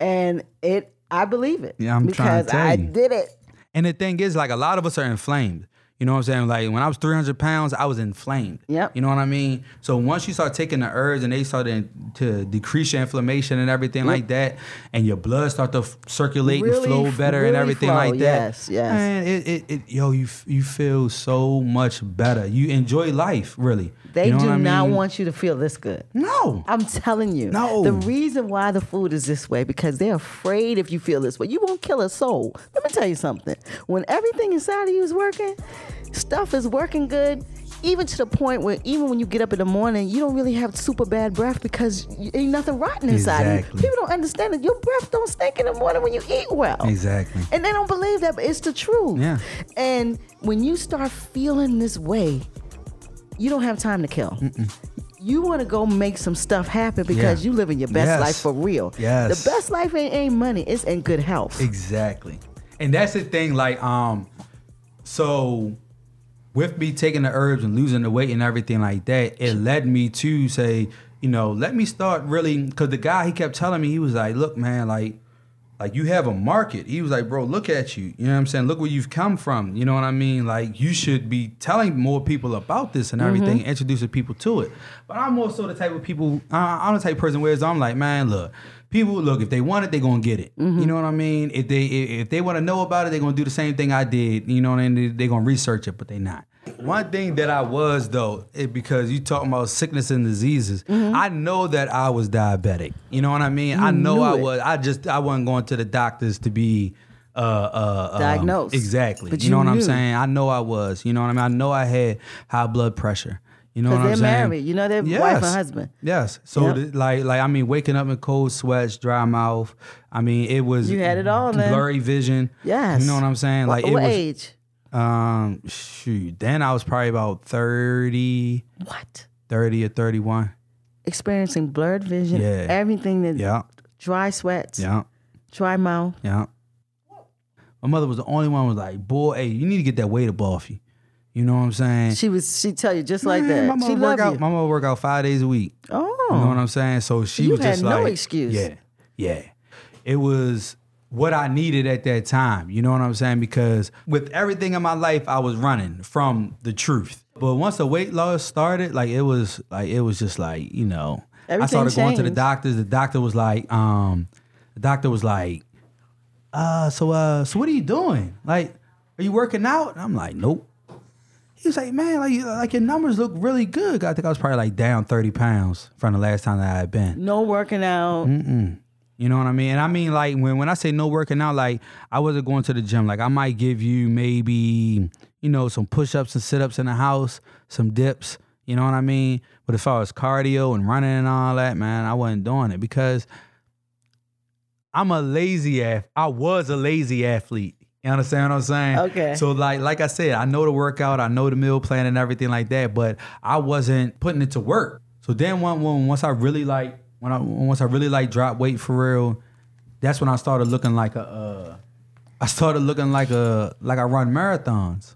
And it, I believe it. Yeah, I'm trying because to tell I you. did it. And the thing is, like a lot of us are inflamed. You know what I'm saying? Like when I was 300 pounds, I was inflamed. Yep. You know what I mean? So once you start taking the herbs and they start to, to decrease your inflammation and everything like that, and your blood start to f- circulate and Really flow f- better and really everything flow, like that. yes, yes. Man, it, it, it yo, you f- you feel so much better. You enjoy life, really. They You know do what I not mean? want you to feel this good. No. I'm telling you. No. The reason why the food is this way because they're afraid if you feel this way. You won't kill a soul. Let me tell you something. When everything inside of you is working, stuff is working good. Even to the point where even when you get up in the morning, you don't really have super bad breath because you, ain't nothing rotten inside Exactly. of you. People don't understand that your breath don't stink in the morning when you eat well. Exactly. And they don't believe that, but it's the truth. Mm. Yeah. And when you start feeling this way, you don't have time to kill. You want to go make some stuff happen because Yeah. you living your best Yes. life for real. Yes. The best life ain't, ain't money, it's in good health. Exactly. And that's the thing, like, um, so with me taking the herbs and losing the weight and everything like that, it led me to say, you know, let me start really because the guy he kept telling me, he was like, look, man, like like you have a market. He was like, bro, look at you. You know what I'm saying? Look where you've come from. You know what I mean? Like you should be telling more people about this and everything, introducing people to it. But I'm also the type of people. Uh, I'm the type of person where it's- I'm like, man, look, people, look, if they want it, they gonna get it. Mm-hmm. You know what I mean? If they if if they want to know about it, they're gonna do the same thing I did. You know, and they- they gonna research it, but they not. One thing that I was though, it, because you talking about sickness and diseases, Mm-hmm. I know that I was diabetic. You know what I mean? I know knew I it. was. But I just I wasn't going to the doctors to be uh, uh, um, Diagnosed. exactly. But you know you what I'm knew. saying? I know I was. You know what I mean? I know I had high blood pressure. You know what 'Cause I'm they're saying? married. You know their wife and husband. Yes. So Yep. th- like like I mean, waking up in cold sweats, dry mouth. I mean, it was You had it all, man. Blurry vision. Yes. You know what I'm saying? What- Like what, it was. age? Um, shoot. Then I was probably about 30, What? 30 or 31. Experiencing blurred vision, Yeah. everything that Yeah. dry sweats, Yeah. dry mouth. Yeah. My mother was the only one who was like, boy, hey, you need to get that weight up off you. You know what I'm saying? She was she tell you just like Man, My that. mother She work love out. you. My mother work out five days a week. oh. You know what I'm saying? So she You was just had no like, excuse. Yeah, yeah. It was what I needed at that time. You know what I'm saying? Because with everything in my life, I was running from the truth. But once the weight loss started, like it was, like it was just like you know, I Everything started going to the changed. doctors. The doctor was like, um, the doctor was like, uh, so uh, so what are you doing? Like, are you working out? And I'm like, nope. He was like, man, like, you- like your numbers look really good. I think I was probably like down 30 pounds from the last time that I had been. no working out. You know what I mean? And I mean, like, when, when I say no working out, like, I wasn't going to the gym. Like, I might give you maybe, you know, some push ups and sit ups in the house, some dips. You know what I mean? But as far as cardio and running and all that, man, I wasn't doing it because I'm a lazy ath. I was a lazy athlete. You understand what I'm saying? Okay. So like like I said, I know the workout, I know the meal plan and everything like that, but I wasn't putting it to work. So then one one once I really like when I once I really like drop weight for real, that's when I started looking like a uh, I started looking like a like I run marathons.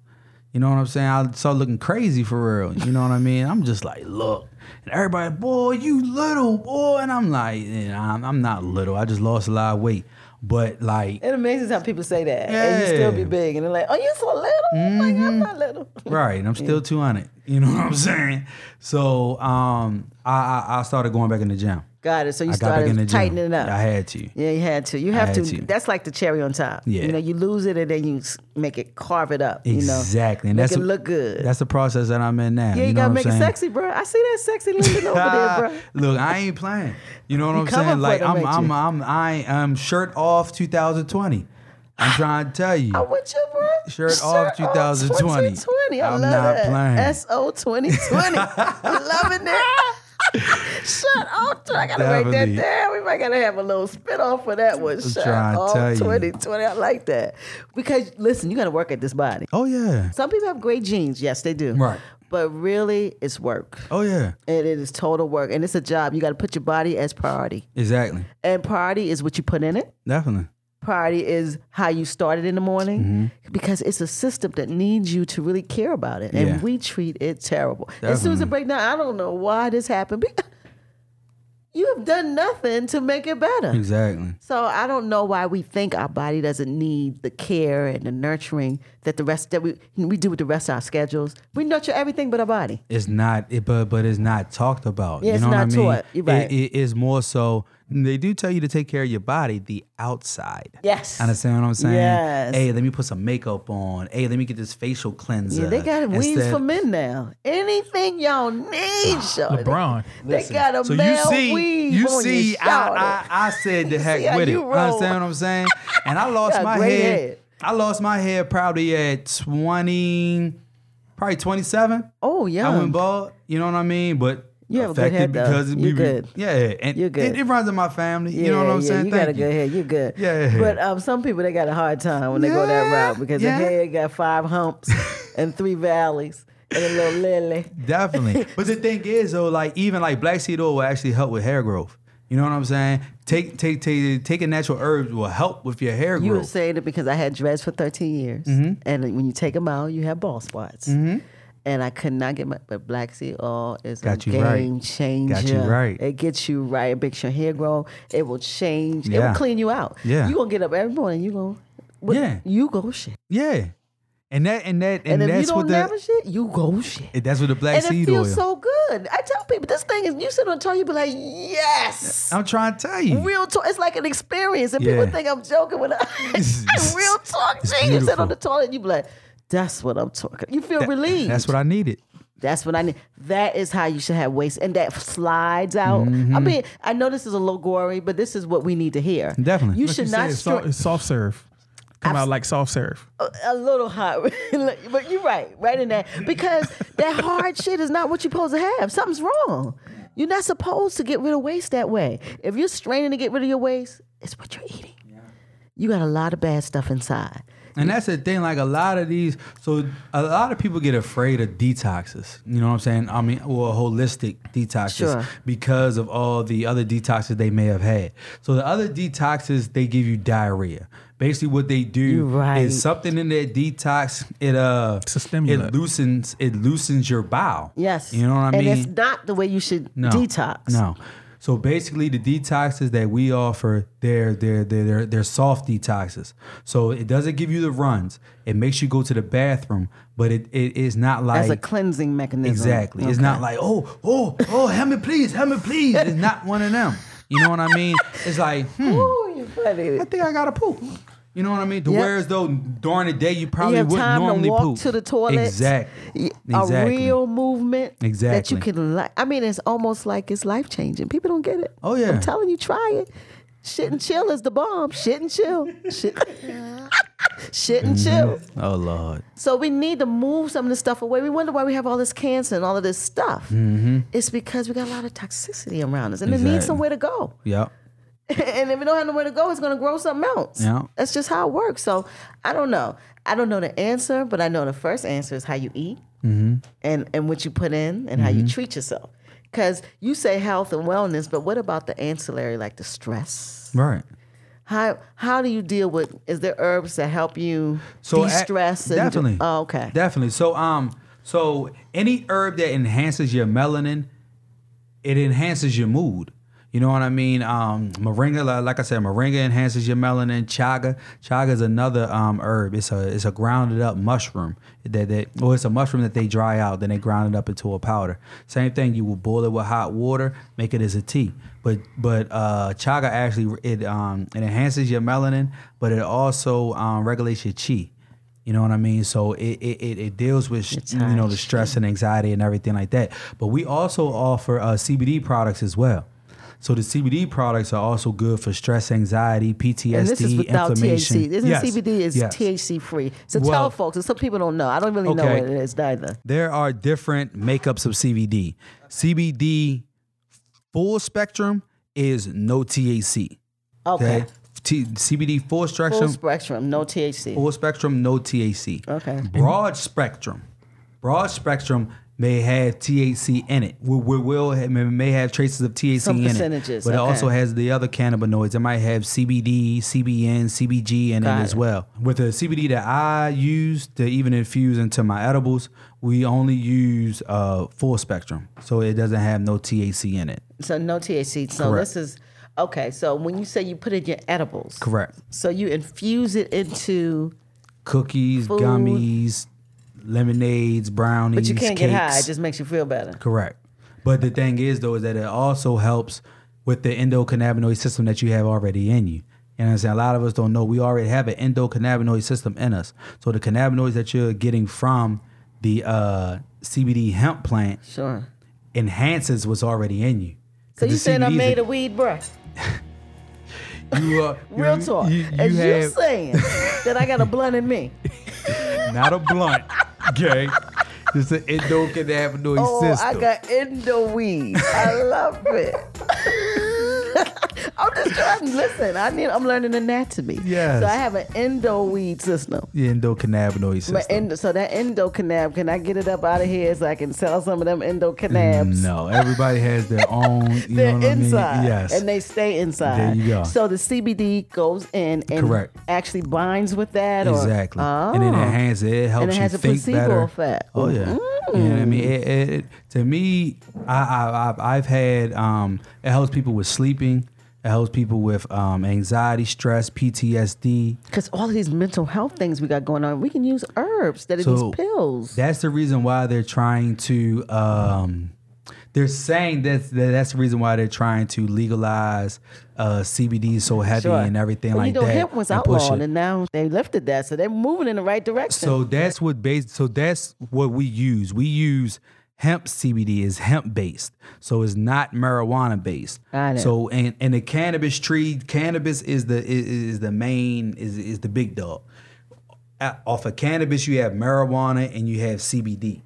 You know what I'm saying? I started looking crazy for real. You know what I mean? I'm just like, look, and everybody, boy, you little boy, and I'm like, and I'm, I'm not little. I just lost a lot of weight, But like It amazes how people say that, and you still be Yeah. Mm-hmm. big, and they're like, "Oh, you so little." I'm like, I'm not little. Right. And I'm still 200. You know what I'm saying? So um, I, I I started going back in the gym. Got it. So you I got back in started the gym. tightening it up. I had to. yeah, you had to. You have had to. to. That's like the cherry on top. Yeah. You know, you lose it and then you s- make it carve it up. You know, Exactly. and make that's it a- look good. That's the process that I'm in now. yeah, you, know gotta what make I'm it saying? sexy, bro. I see that sexy Lyndon over there, bro. Look, I ain't playing. You know what I'm coming saying? for Like them, I'm ain't I'm you? I'm I am shirt off 2020. I'm trying to tell you. I'm with you, bro. Shirt off 2020. 2020. I love I'm not that. playing. SO 2020. I'm loving that. Shut off. I gotta write Definitely. that down. We might gotta have a little spin off for that one. Shut trying to off tell you. 2020. I like that. Because listen, you gotta work at this body. Oh yeah. Some people have great genes. Yes, they do. Right. But really, it's work. Oh yeah. And it is total work. And it's a job. You gotta put your body as priority. Exactly. And priority is what you put in it Definitely. priority is how you started in the morning Mm-hmm. because it's a system that needs you to really care about it. And Yeah. we treat it terrible. As soon as it Definitely. breaks down, I don't know why this happened. But you have done nothing to make it better. Exactly. So I don't know why we think our body doesn't need the care and the nurturing that the rest that we we do with the rest of our schedules. We nurture everything but our body. it's not it, but but it's not talked about. Yeah, you it's know not what I mean? taught. You're right. It, it is more so they do tell you to take care of your body, the outside. Yes. Understand what I'm saying? Yes. Hey, let me put some makeup on. Hey, let me get this facial cleanser. Yeah, they got weeds Instead- for men now. Anything y'all need, shorty. LeBron. They got a So you male see, weave you on see, your shoulder. I, I I said the see how heck with it. you roll. Understand what I'm saying? And I lost got my great head. head. I lost my head probably at 20, probably 27. Oh, yeah. I went bald. You know what I mean? But You have a good affected head, though. because it You be- good. Yeah, and You're good. It, it runs in my family. you know what I'm yeah, saying? You Thank got a good head. You good. Yeah. But um, some people they got a hard time when they go that Yeah, route because yeah. the head got five humps and three valleys and a little lily. Definitely. but the thing is, though, like even like black seed oil will actually help with hair growth. You know what I'm saying? Take take take taking natural herbs will help with your hair You were growth. saying it because I had dreads for 13 years, Mm-hmm. and when you take them out, you have bald spots. And I could not get my, but Black Sea Oil is Got a you right. game changer. right. It gets you right. It makes your hair grow. It will change. It Yeah. will clean you out. Yeah. You gonna get up every morning. You gonna. what- Yeah. You go shit. yeah. And that and that And, and, if you that's don't what never the shit, you go shit. that's what the black and it seed oil. feels so good. I tell people this thing is you sit on tour, you be like, yes. I'm trying to tell you. Real talk, it's like an experience, and Yeah. people think I'm joking when I real talk. It's Gee, you sit beautiful. on the toilet, you be like, "That's what I'm talking." You feel relieved. That's what I needed. That's what I need. That is how you should have waist, and that slides out. I Mm-hmm. mean, I know this is a little gory, but this is what we need to hear. Definitely. you Like should you not said, stro- soft, it's soft serve. Come out like soft serve. a, a little hot, but you're right, right in that because that hard shit is not what you're supposed to have. Something's wrong. You're not supposed to get rid of waste that way. If you're straining to get rid of your waste, it's what you're eating. You got a lot of bad stuff inside. And that's the thing, like a lot of these, so a lot of people get afraid of detoxes. You know what I'm saying? I mean, well, holistic detoxes Sure. because of all the other detoxes they may have had. So the other detoxes, they give you diarrhea. Basically, what they do You're right. is something in that detox, it uh, a stimulant. it loosens, it loosens your bowel. Yes. you know what I mean. And it's not the way you should detox. No. So basically, the detoxes that we offer, they're they're they're they're, they're soft detoxes. So it doesn't give you the runs. It makes you go to the bathroom, but it, it is not like As a cleansing mechanism. exactly. It's Okay. not like oh oh oh help me please help me please. It's not one of them. You know what I mean? It's like hmm, Ooh, you funny. I think I got to poop. You know what I mean? To Yep. whereas though during the day you You probably have wouldn't time normally to walk poop to the toilet. Exactly. Y- Exactly. A real movement that Exactly. you can like. I mean, it's almost like it's life changing. People don't get it. Oh, yeah. I'm telling you, try it. Shit and chill is the bomb. Shit and chill. Shit. Shit and chill. Oh lord. So we need to move some of this stuff away. We wonder why we have all this cancer and all of this stuff. It's because we got a lot of toxicity around us, and it needs Mm-hmm. Exactly. somewhere to go Yep. and if it don't have nowhere to go, it's gonna grow something else. Yeah. That's just how it works. So I don't know. I don't know the answer, but I know the first answer is how you eat Mm-hmm. and, and what you put in and how you treat yourself. Cause you say health and wellness, but what about the ancillary, like the stress? Right. How how do you deal with is there herbs that help you so de stress a- and definitely oh, okay. definitely so um so any herb that enhances your melanin it enhances your mood You know what I mean? Um, moringa, li- like I said, moringa enhances your melanin. Chaga, chaga is another um, herb. It's a it's a grounded up mushroom that they, well, it's a mushroom that they dry out, then they grind it up into a powder. Same thing. You will boil it with hot water, make it as a tea. But but uh, chaga actually it um, it enhances your melanin, but it also um, regulates your chi. You know what I mean? So it it, it, it deals with you know the stress and anxiety and everything like that. But we also offer uh, CBD products as well. So the CBD products are also good for stress, anxiety, PTSD, And this is without inflammation. THC. Isn't Yes, CBD is yes. THC free? So Well- tell folks, and some people don't know. I don't really know Okay. what it is either. There are different makeups of CBD. CBD full spectrum is no THC. Okay. T- CBD full Full spectrum, spectrum, no THC. full spectrum, no THC. Okay. Broad spectrum, broad spectrum may have THC in it. We, we will ha- may- may have traces of THC Some in percentages, it, but it okay. also has the other cannabinoids. It might have CBD, CBN, CBG in Got it it. as well. With the CBD that I use to even infuse into my edibles, we only use uh, full spectrum, so it doesn't have no THC in it. So no THC. So Correct. this is okay. So when you say you put in your edibles, Correct. So you infuse it into, Cookies, Food. gummies, lemonades, brownies, but you can't get high. It cakes. just makes you feel better. Correct. But the thing is, though, is that it also helps with the endocannabinoid system that you have already in you. You know what I'm saying? A lot of us don't know we already have an endocannabinoid system in us. So the cannabinoids that you're getting from the uh, CBD hemp plant Sure. enhances what's already in you. So you saying I CBD is made a- a weed bruh? you are- Real you- talk. You, You, you As you have saying that I got a blunt in me. not a blunt, okay? It's an endocannabinoid Oh, system. I got indo weed. I love it. I'm just trying. Listen, I need. I'm learning anatomy. Yes. So I have an indo weed system. the endocannabinoid system. My endo, so that endocannab, can I get it up out of here so I can sell some of them endocannabs? No, everybody has their own. You They're know what inside, I mean? Yes. and they stay inside. There you go. So the CBD goes in and Correct. actually binds with that, or- Exactly. Oh. And it enhances it. It helps it you has a think placebo better. effect. Mm-hmm. Oh yeah. You know what I mean? It, it, it- to me, I, I I've, I've had um, it helps people with sleeping. It helps people with um, anxiety, stress, PTSD. Because all of these mental health things we got going on, we can use herbs that are So, these pills. That's the reason why they're trying to. Um, they're saying that's that, that's the reason why they're trying to legalize uh, CBD so heavy Sure. and everything Well, like you know, that. hemp was and push outlawed, it. and now they lifted that, so they're moving in the right direction. So that's what base. So that's what we use. We use hemp CBD is hemp based, so it's not marijuana based. Got it. So and and the cannabis tree, cannabis is the is, is the main is is the big dog. A- Off of cannabis, you have marijuana and you have CBD.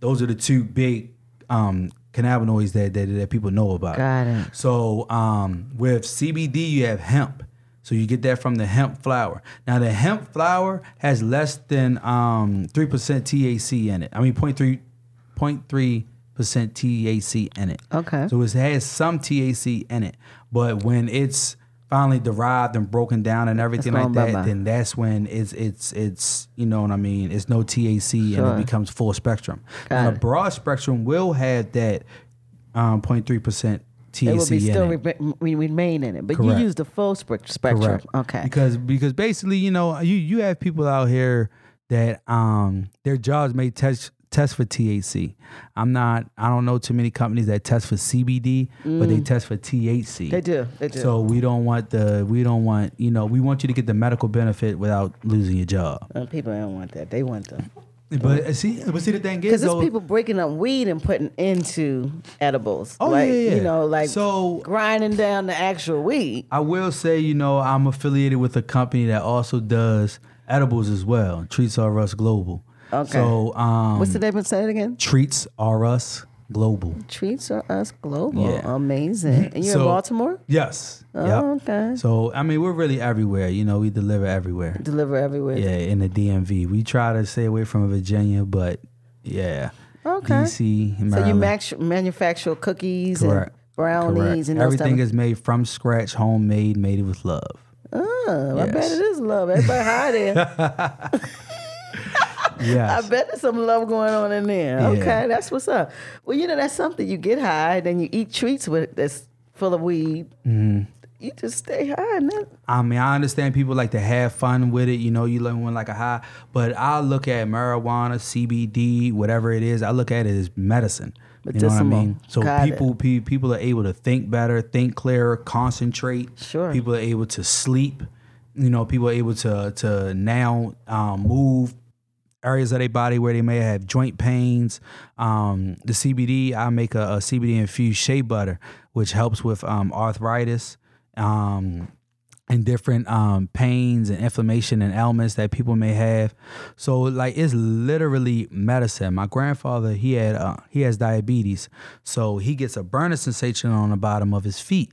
Those are the two big um, cannabinoids that, that that people know about. Got it. So um, with CBD, you have hemp. So you get that from the hemp flower. Now the hemp flower has less than um, 3% THC in it. I mean 0.3 0.3% THC in it. Okay. So it has some THC in it. But when it's finally derived and broken down and everything like going that, bye-bye. then that's when it's it's it's you know what I mean, it's no THC and it becomes full spectrum. Got now it. the broad spectrum will have that um 0.3% THC it will be in still it. re- re- remain in it, but Correct. you use the full spec- spectrum. Okay. Because because basically, you know, you you have people out here that um their jobs may test test for THC. I'm not I don't know too many companies that test for CBD, but they test for THC. Mm. They do. They do. So we don't want the we don't want, you know, we want you to get the medical benefit without losing your job. Uh, people don't want that. They want them. But uh, see but see the thing is Because it's though, people breaking up weed and putting into edibles. Oh, like, yeah, yeah. You know, like So- grinding down the actual weed. I will say, you know, I'm affiliated with a company that also does edibles as well, Treats R Us Global. Okay. So um What's the name of saying again? Treats R Us Global. Treats are us global. Yeah. Amazing. And you're So- in Baltimore? Yes. Oh, Yep. okay. So I mean, we're really everywhere. You know, we deliver everywhere. Deliver everywhere. Yeah, in the DMV, we try to stay away from Virginia, but yeah, Okay. DC, Maryland. So you max- manufacture cookies Correct. and brownies Correct. and those everything type is made from scratch, homemade, made with love. of- Oh, I bet Yes. it is love. Everybody high there. I Yes. bet there's some love going on in there. Yeah. Okay, that's what's up. Well, you know, that's something. You get high, then you eat treats with that's full of weed. Mm-hmm. You just stay high, and that, I mean, I understand people like to have fun with it. You know, you like want like a high, but I look at marijuana, CBD, whatever it is. I look at it as medicine. You know what I Medicinal. mean? So Got it. people pe- people are able to think better, think clearer, concentrate. Sure. People are able to sleep. You know, people are able to to now um, move areas of their body where they may have joint pains. Um, the CBD, I make a, a CBD infused shea butter, which helps with um, arthritis. Um, and different um, pains and inflammation and ailments that people may have. So like it's literally medicine. My grandfather he had uh, he has diabetes, so he gets a burning sensation on the bottom of his feet.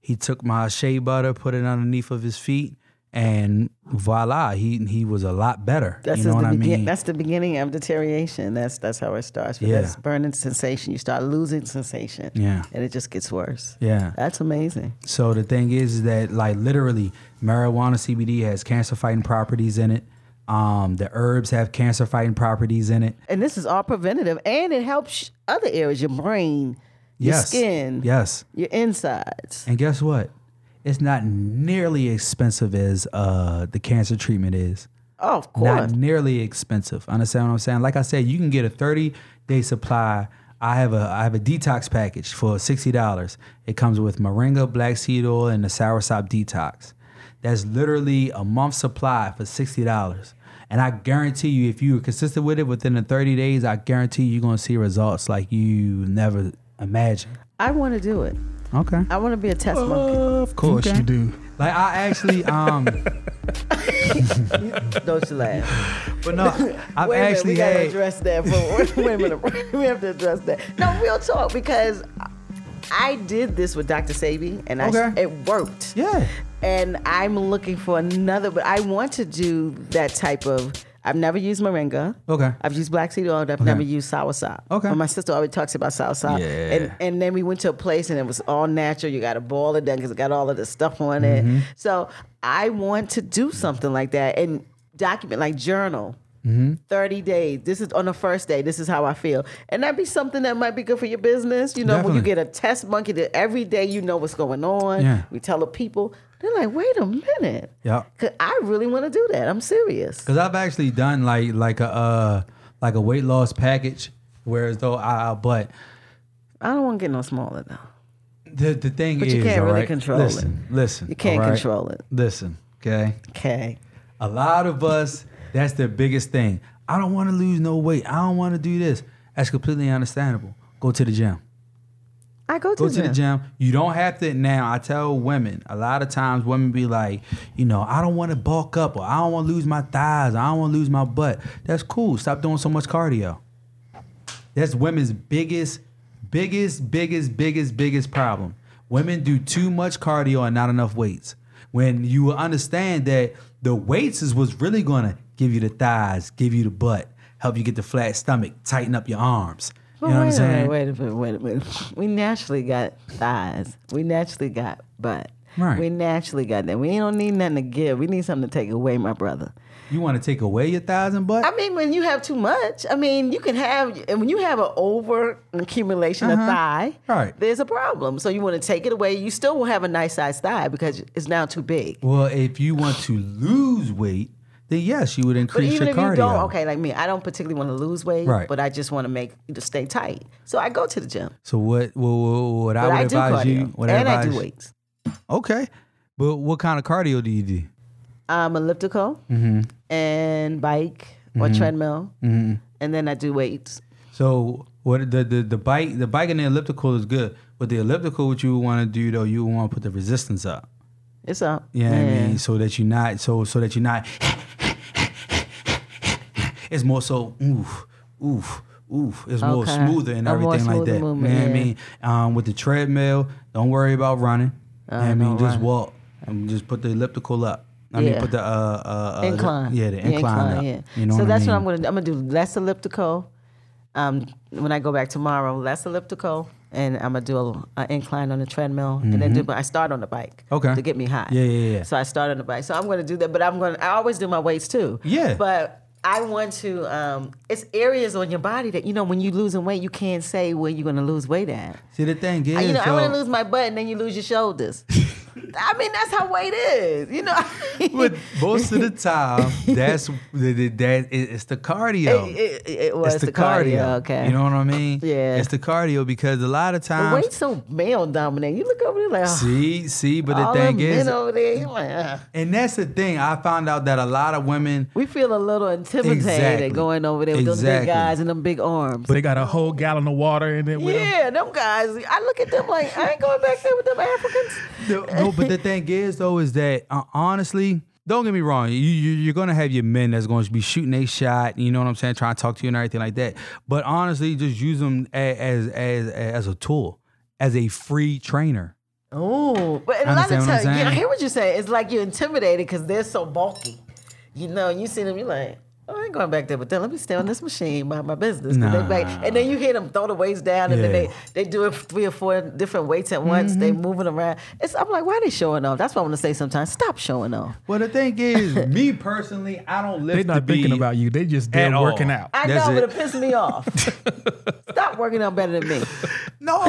He took my shea butter, put it underneath of his feet, and voila, he he was a lot better. that's you know just what the I begin- mean? That's the beginning of deterioration. That's that's how it starts. But Yeah. That's burning sensation. You start losing sensation. Yeah. and it just gets worse. yeah. That's amazing. So the thing is, is that like literally marijuana CBD has cancer fighting properties in it. Um, the herbs have cancer fighting properties in it. And this is all preventative, and it helps other areas: your brain, your yes. skin, Yes. your insides. And guess what? It's not nearly expensive as uh, the cancer treatment is. Oh, of Not course. nearly expensive. Understand what I'm saying? Like I said, you can get a 30 day supply. I have a I have a detox package for sixty dollars. It comes with moringa, black seed oil, and the soursop detox. That's literally a month supply for sixty dollars. And I guarantee you, if you are consistent with it within the thirty days, I guarantee you're gonna see results like you never imagined. I want to do it. Okay. I want to be a test monkey. Of course Okay. you do. Like I actually um Don't you laugh? But no, I've Wait a minute, actually we gotta had. address that. For, wait a minute, we have to address that. No, real talk because I did this with Dr. Sabi and I Okay. it worked. Yeah. And I'm looking for another, but I want to do that type of. I've never used moringa. Okay. I've used black seed oil. I've never used soursop. Okay. But my sister already talks about soursop. Yeah. And and then we went to a place and it was all natural. You got to boil it down because it got all of the stuff on it. Mm-hmm. So I want to do something like that and document, like journal. Mm-hmm. 30 days. This is on the first day. This is how I feel. And that'd be something that might be good for your business. You know, when you Definitely. get a test monkey that every day you know what's going on. Yeah. We tell the people, they're like, wait a minute. Yeah. 'Cause I really want to do that. I'm serious. Cause I've actually done like like a uh, like a weight loss package, whereas though I but I don't want to get no smaller though. the the thing But is, you can't all really right, control it. listen, Listen, You can't all right? control it. Listen, okay. Okay. A lot of us, that's the biggest thing. I don't want to lose no weight. I don't want to do this. That's completely understandable. Go to the gym. I go to, go the, to gym. the gym. You don't have to now. I tell women a lot of times women be like, you know, I don't want to bulk up or I don't want to lose my thighs or I don't want to lose my butt. That's cool. Stop doing so much cardio. That's women's biggest, biggest, biggest, biggest, biggest problem. Women do too much cardio and not enough weights. When you will understand that the weights is what's really gonna give you the thighs, give you the butt, help you get the flat stomach, tighten up your arms. But You know what I'm wait a minute, Wait saying? a minute, wait a minute. We naturally got thighs. We naturally got butt. Right. We naturally got that. We don't need nothing to give. We need something to take away, my brother. You want to take away your thighs and butt? I mean, when you have too much, I mean, you can have, and when you have an over accumulation of thigh, Uh-huh. Right. there's a problem. So you want to take it away. You still will have a nice sized thigh because it's now too big. Well, if you want to lose weight, then yes, you would But increase even your if cardio. you don't, okay, like me, I don't particularly want to lose weight, Right. but I just want to make to stay tight. So I go to the gym, So what? What, what, what I but would I, do advise cardio you? What and I advise do you- weights. Okay, but what kind of cardio do you do? um, elliptical Mm-hmm. and bike or treadmill, and then I do weights. So what the, the the bike the bike and the elliptical is good. With the elliptical, what you want to do though, you want to put the resistance up. It's up. You know what I mean? So that you're not so so that you're not. it's more so oof oof oof. It's more Okay. smoother and A more everything like smoother that. movement, you know what yeah. I mean? Um, with the treadmill, don't worry about running. you know what I mean? Uh, don't Just run. walk and just put the elliptical up. I Yeah. mean, put the uh, uh, uh incline. The, yeah, the incline, up. You know so what that's I mean? what I'm gonna. do. I'm gonna do less elliptical. Um, when I go back tomorrow, less elliptical, and I'm gonna do an incline on the treadmill, and then do. But I start on the bike. Mm-hmm. Okay. To get me high. Yeah, yeah, yeah. So I start on the bike. So I'm gonna do that. But I'm gonna. I always do my weights too. Yeah. But I want to. Um, it's areas on your body that you know when you losing weight, you can't say where you're gonna lose weight at. See, the thing is, I- you know, so, I want to lose my butt, and then you lose your shoulders. I mean, that's how weight is. You know, but most of the time, that's the, the, that it- it's the cardio. It- it- it- it was the cardio, okay. You know what I mean? Yeah. It's the cardio because a lot of the times, weight's so male dominant. You look over there like, oh, see, see, but the all thing them is, men over there. you're like, "Ugh." and that's the thing. I found out that a lot of women, We feel a little intimidated Exactly. going over there with those Exactly. big guys and them big arms. But they got a whole gallon of water in it with them. yeah, them guys. I look at them like I ain't going back there with them Africans. no, no, but the thing is though, is that uh, honestly. Don't get me wrong. You, you you're gonna have your men that's gonna be shooting they shot. You know what I'm saying? Trying to talk to you and everything like that. But honestly, just use them as as as a tool, as a free trainer. Oh, but a lot Understand of what I'm times, yeah, I saying? hear what you're saying. It's like you're intimidated because they're so bulky. You know, you see them, you're like, oh, I ain't going back there, but then let me stay on this machine, mind my business. 'Cause they Nah. back- and then you hear them throw the weights down, and then Yeah. Mm-hmm. they, they do it three or four different weights at once. They moving around. It's I'm like, why they showing off? That's what I want to say sometimes. Stop showing off. Well, the thing is, me personally, I don't live. They're not thinking about you. They just they're at all. working out. I That's know, but it. it pissed me off. Stop working out better than me. No,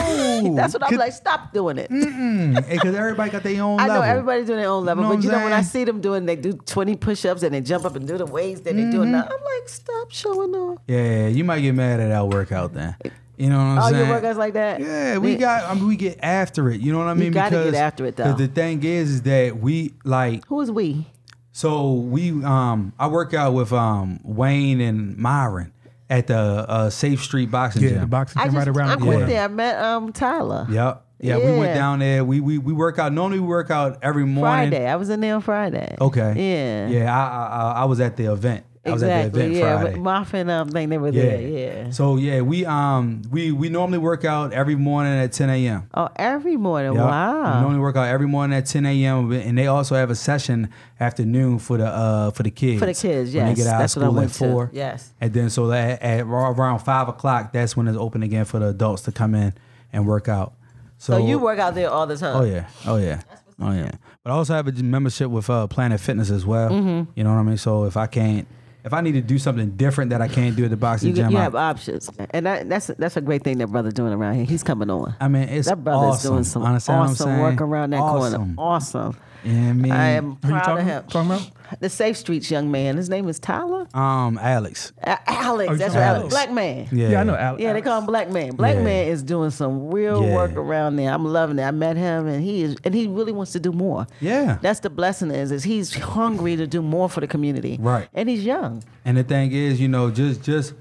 That's what I'm like. Stop doing it. Because everybody got their own I level. know everybody doing their own level, Know what but you I'm know when I see saying? them doing, they do twenty push-ups and they jump up and do the weights that they Mm-hmm. do. Now I'm like, stop showing off. Yeah, you might get mad at our workout then. You know what I'm All saying? your workouts like that. Yeah, we got. I mean, we get after it. You know what I mean? gotta get Because- after it, though. 'cause The thing is, is that we like. Who is we? So we, um, I work out with um Wayne and Myron at the uh, Safe Street Boxing Yeah, Gym. the boxing I gym just right around I the corner. went there. I met um Tyler Yep. Yeah, we went Yeah. down there. We we we work out. Normally, we work out every morning. Friday. I was in there on Friday. Okay. Yeah. Yeah, I I, I- I was at the event. I was at the Exactly. event yeah. Friday. With Moff and um thing they were yeah. there. Yeah. So yeah, we um we we normally work out every morning at 10 a.m. Oh, every morning. Yeah. We Wow. normally work out every morning at 10 a.m. and they also have a session afternoon for the uh for the kids. For the kids, When yes. they get out That's of what I school at went to. four. Yes. And then so that at around five o'clock, that's when it's open again for the adults to come in and work out. So, So you work out there all the time. Oh yeah. Oh yeah. Oh yeah. But I also have a membership with uh, Planet Fitness as well. Mm-hmm. You know what I mean? So if I can't, if I need to do something different that I can't do at the boxing You, gym, you I, have options, and that, that's that's a great thing that brother doing around here. He's coming on. I mean, it's that brother's awesome. doing some Understand what I'm awesome work saying? around that corner. Awesome. Awesome. You know what I mean? I am Who you proud of talking- him. talking about? The Safe Streets young man. His name is Tyler um, Alex. A- Alex. Oh, that's yeah. right. Alex. Alex. Black man. Yeah. Yeah, I know. Alex. Yeah, they call him Black Man. Black Yeah. Man is doing some real Yeah. work around there. I'm loving it. I met him, and he is, and he really wants to do more. Yeah. that's the blessing is, is he's hungry to do more for the community. Right. and he's young. And the thing is, you know, just just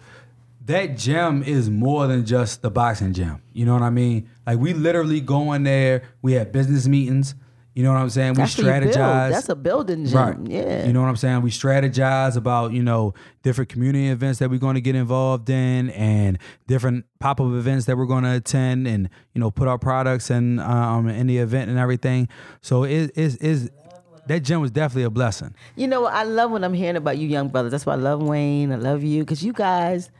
that gym is more than just the boxing gym. You know what I mean? Like we literally go in there. We have business meetings. You know what I'm saying? We That's what you build. strategize. That's a building gym. Yeah, You know what I'm saying? We strategize about, you know, different community events that we're going to get involved in and different pop-up events that we're going to attend and, you know, put our products in um in the event and everything. So it is is that gym was definitely a blessing. You know what? I love when I'm hearing about you, young brothers. That's why I love Wayne. I love you because you guys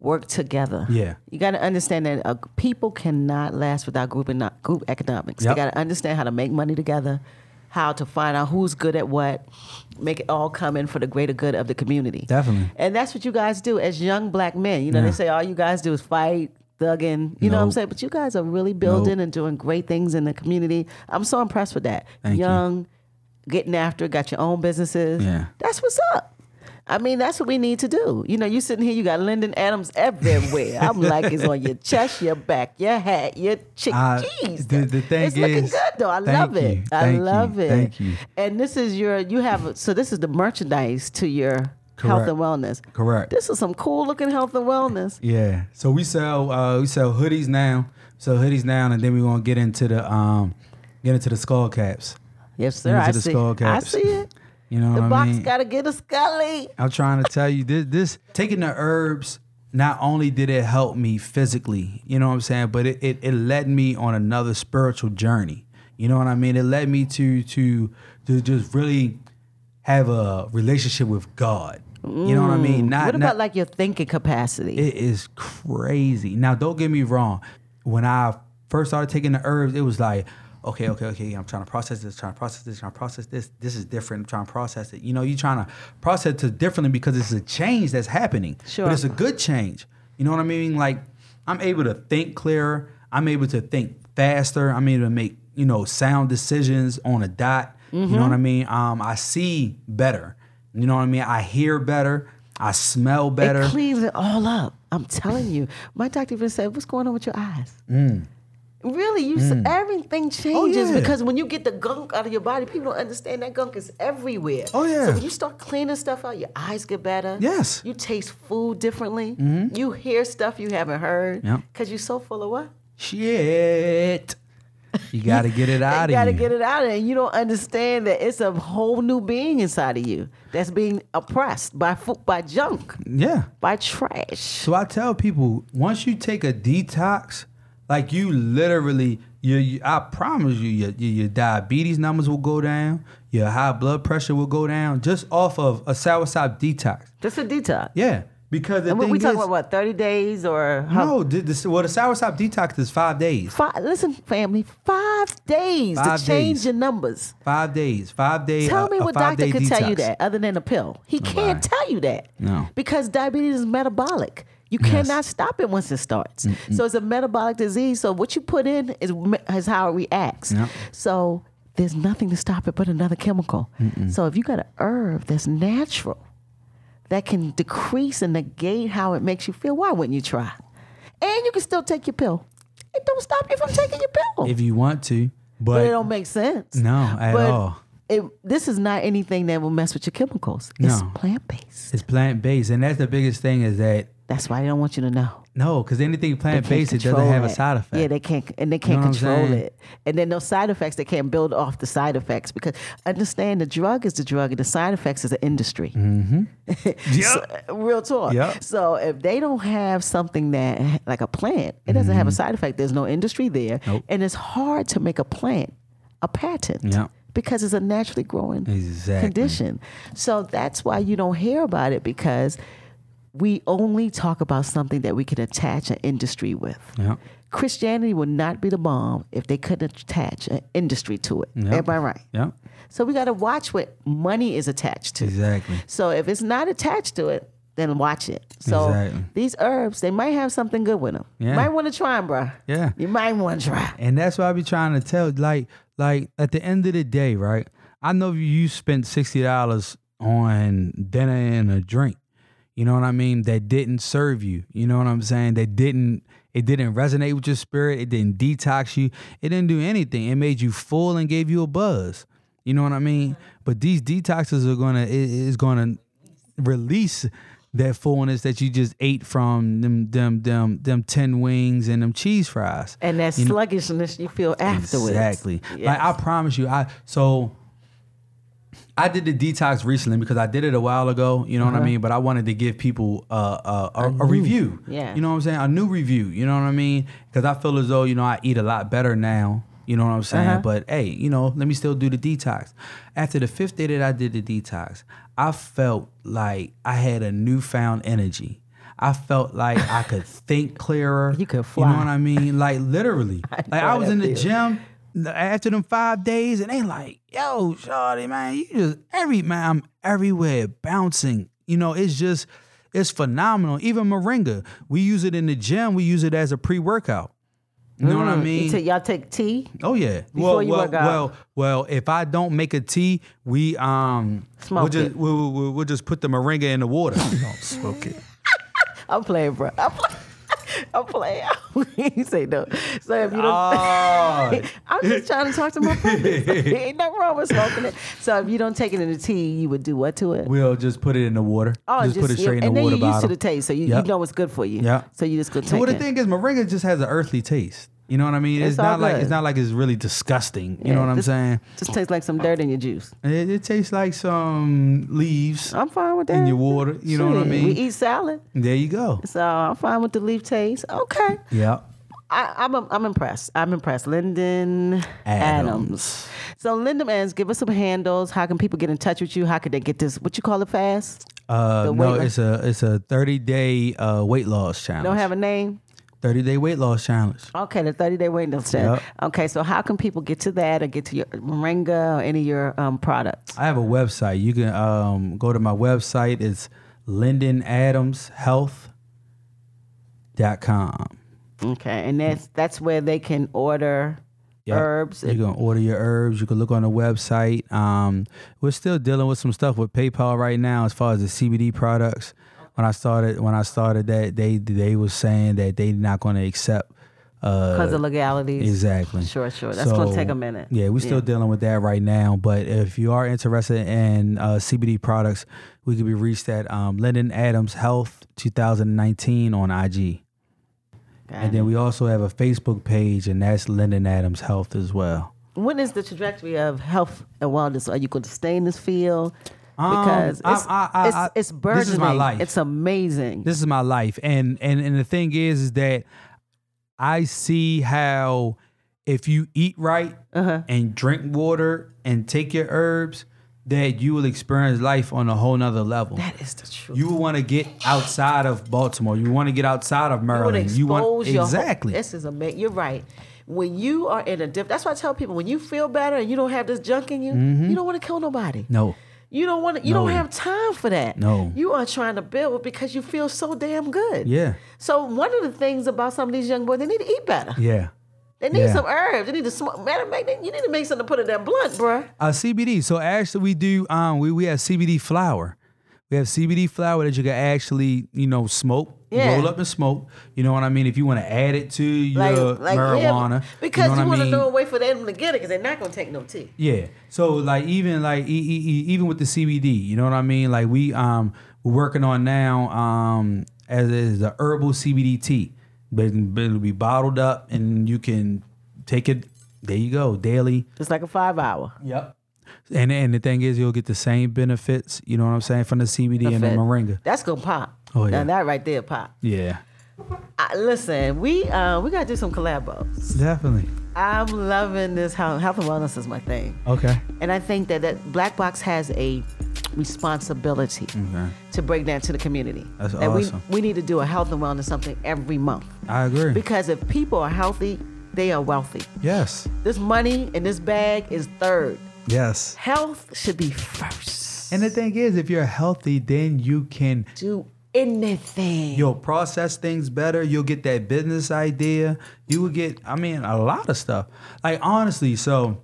work together. Yeah. You got to understand that uh, people cannot last without group and not group economics. Yep. They got to understand how to make money together, how to find out who's good at what, make it all come in for the greater good of the community. Definitely. And that's what you guys do as young black men. You know, Yeah. they say all you guys do is fight. Thugging, you know what I'm Nope. saying? But you guys are really building and doing great things in the community. I'm so impressed with that. Thank you. Young, getting after it, got your own businesses. Yeah. That's what's up. I mean, that's what we need to do. You know, you sitting here, you got Lyndon Adams everywhere. I'm like, it's on your chest, your back, your hat, your cheek. I- Jeez, the- the thing it's looking is- good though. I thank love it. you, I thank you, love it. thank you. And this is your, you have, so this is the merchandise to your health Correct. and wellness. Correct. This is some cool looking health and wellness. Yeah. So we sell uh, we sell hoodies now. So hoodies now, and then we're gonna get into the um get into the skull caps. Yes, sir. Into I the see. skull I caps. see it. You know The what I box mean? gotta get a scully. I'm trying to tell you this this taking the herbs not only did it help me physically, you know what I'm saying, but it, it, it led me on another spiritual journey. You know what I mean? It led me to to to just really have a relationship with God. You know what I mean? Not What not- about like your thinking capacity? it is crazy. Now, don't get me wrong. When I first started taking the herbs, it was like, okay, okay, okay, I'm trying to process this, trying to process this, trying to process this. This is different. I'm trying to process it. You know, you're trying to process it differently because it's a change that's happening. Sure. But it's a good change. You know what I mean? Like, I'm able to think clearer. I'm able to think faster. I'm able to make, you know, sound decisions on a dot. You know what I Mm-hmm. mean? Um, I see better. You know what I mean? I hear better. I smell better. It cleans it all up. I'm telling you. My doctor even said, "What's going on with your eyes?" Really, you s everything changes Mm. Oh, yeah. because when you get the gunk out of your body, people don't understand that gunk is everywhere. Oh, yeah. So when you start cleaning stuff out, your eyes get better. Yes. Mm-hmm. You taste food differently. You hear stuff you haven't heard. Yep. Cause you're so full of what? Shit. You gotta get it out you of gotta you. get it out, and you don't understand that it's a whole new being inside of you that's being oppressed by fo- by junk, Yeah. by trash. So I tell people once you take a detox, like you literally, you, you I promise you, your, your, your diabetes numbers will go down, your high blood pressure will go down just off of a soursop detox. Just a detox. Yeah, because the And what thing we talking is, about what thirty days or how? no, the, the, well, the soursop detox is five days, Five, listen, family, five days Five to change days. your numbers. five days, five days. Tell me what doctor could tell you that other than a pill. He can't right. tell you that. No. Because diabetes is metabolic. You cannot stop it once it starts. So it's a metabolic disease. So what you put in is, me- is how it reacts. Yep. So there's nothing to stop it but another chemical. So if you got a herb that's natural, that can decrease and negate how it makes you feel, why wouldn't you try? And you can still take your pill. It don't stop you from taking your pill. If you want to, But it but don't make sense. No, at But all. It, this is not anything that will mess with your chemicals. It's No. plant based. it's plant based, and that's the biggest thing is that That's why I don't want you to know. no, because anything They plant can't based, it doesn't control have a that. side effect. Yeah, they can't, and they can't know what I'm control saying? it. And then those side effects, they can't build off the side effects because understand the drug is the drug, and the side effects is the industry. So, real talk. Yep. So if they don't have something that like a plant, it doesn't have a side effect. There's no industry there, Mm-hmm. Nope. and it's hard to make a plant a patent Yep. because it's a naturally growing Exactly. condition. So that's why you don't hear about it because we only talk about something that we can attach an industry with. Yep. Christianity would not be the bomb if they couldn't attach an industry to it. Am I right? Yep. So we got to watch what money is attached to. Exactly. So if it's not attached to it, then watch it. So Exactly. these herbs, they might have something good with them. Yeah. Might want to try them, bruh. Yeah. You might want to try. And that's what I be trying to tell. Like, like at the end of the day, right? I know you spent sixty dollars on dinner and a drink. You know what I mean? That didn't serve you. You know what I'm saying? That didn't. It didn't resonate with your spirit. It didn't detox you. It didn't do anything. It made you full and gave you a buzz. You know what I mean? But these detoxes are gonna i- is gonna release that fullness that you just ate from them them them them ten wings and them cheese fries. And that You know- sluggishness you feel afterwards. Exactly. Yes. Like I promise you, I so I did the detox recently because I did it a while ago. You know Uh-huh. what I mean. But I wanted to give people uh, a, a, a review. Yeah. You know what I'm saying? A new review. You know what I mean? Because I feel as though you know I eat a lot better now. You know what I'm saying? Uh-huh. But hey, you know, let me still do the detox. After the fifth day that I did the detox, I felt like I had a newfound energy. I felt like I could think clearer. You could You fly. know what I mean? Like literally. like know I was that in the feeling. gym gym after them five days, and they like, yo, shawty, man, you just every man, I'm everywhere bouncing. You know, it's just it's phenomenal. Even moringa, we use it in the gym. We use it as a pre workout. You know what I Mm, you mean? take- y'all take tea, Oh yeah. Before well, you well, work out. well, well. If I don't make a tea, we um, Smoke we'll just it. We'll, we'll, we'll just put the moringa in the water. Don't smoke it. I'm playing, bruh. I'm playing. I'm playing. he say no. So if you don't, oh, I'm just trying to talk to my friend. Ain't nothing wrong with smoking it. So if you don't take it in the tea, you would do what to it? we'll just put it in the water. just, put it straight in Oh, and the then water you're used bottle. to the taste, so you, Yep. you know it's good for you. Yep. So you just go take So well, the it. thing is, moringa just has an earthly taste. You know what I mean? It's, It's all not like good. it's not like it's really disgusting. You Yeah, know what I'm just- saying? Just tastes like some dirt in your juice. It, it tastes like some leaves I'm fine with that. in your water. You know what I Shit, mean? We eat salad, there you go. so I'm fine with the leaf taste. Okay, Yeah. I, I'm I'm impressed. I'm impressed. Lyndon Adams. Adams. So Lyndon Adams, give us some handles. How can people get in touch with you? How could they get this? What you call it? Fast? Uh, The no, weight it's a it's a 30 day uh, weight loss challenge. Don't have a name. 30 day weight loss challenge. Okay, the 30 day waiting list. then. Yep. Okay, so how can people get to that or get to your moringa or any of your um, products? I have a website. You can um, go to my website. It's lyndonadamshealth.com. Okay, and that's that's where they can order Yep. herbs. You can order your herbs. You can look on the website. Um, we're still dealing with some stuff with PayPal right now as far as the CBD products. When I started, when I started that, they they was saying that they not going to accept. Uh, because of legalities. exactly. Sure, sure. That's gonna take a minute. Yeah, we're still dealing with that right now. But if you are interested in uh, CBD products, we can be reached at um, Lyndon Adams Health 2019 on IG. Got And then we also have a Facebook page, and that's Lyndon Adams Health as well. What is the trajectory of health and wellness? Are you going to stay in this field? Um, Because I- it's, I- I- I- it's, it's burdening. this is my life. It's amazing. This is my life, and and and the thing is, is that I see how if you eat right Uh-huh. and drink water and take your herbs, that you will experience life on a whole nother level. that is the truth. You want to get outside of Baltimore. You want to get outside of You wanna Maryland. You want expose your whole- exactly. this is amazing. You're right. When you are in a dip, that's why I tell people when you feel better and you don't have this junk in you, you don't want to kill nobody. Mm-hmm. No. You don't want to, you don't No. have time for that. No. You are trying to build because you feel so damn good. Yeah. So one of the things about some of these young boys, they need to eat better. Yeah. They need Yeah. some herbs. They need to smoke. Matter of fact, they- you need to make something to put in that blunt, bruh. Uh, CBD. So actually, we do. Um, we we have CBD flower. We have CBD flower that you can actually, you know, smoke, Yeah. roll up and smoke. You know what I mean? If you want to add it to your yeah, marijuana, because know you, what I want to mean? know a way for them to get it because they're not going to take no tea. Yeah. So like even like e- e- e- even with the CBD, you know what I mean? Like we um we're working on now um as is the herbal CBD tea, but it'll be bottled up and you can take it. There you go, daily. It's like a five hour. Yep. And and the thing is, you'll get the same benefits. You know what I'm saying from the CBD and the moringa. That's going to pop. Oh, yeah. Now that right there pop. Yeah, I, listen, we uh, we got to do some collabos. definitely. I'm loving this. How health and wellness is my thing. Okay. And I think that, that Black Box has a responsibility to bring that to the community. That's that awesome. we, we need to do a health and wellness something every month. I agree. Because if people are healthy, they are wealthy. yes. This money in this bag is third. Yes. Health should be first. And the thing is, if you're healthy, then you can Do anything. you'll process things better. You'll get that business idea. You will get, I mean, a lot of stuff. Like honestly, so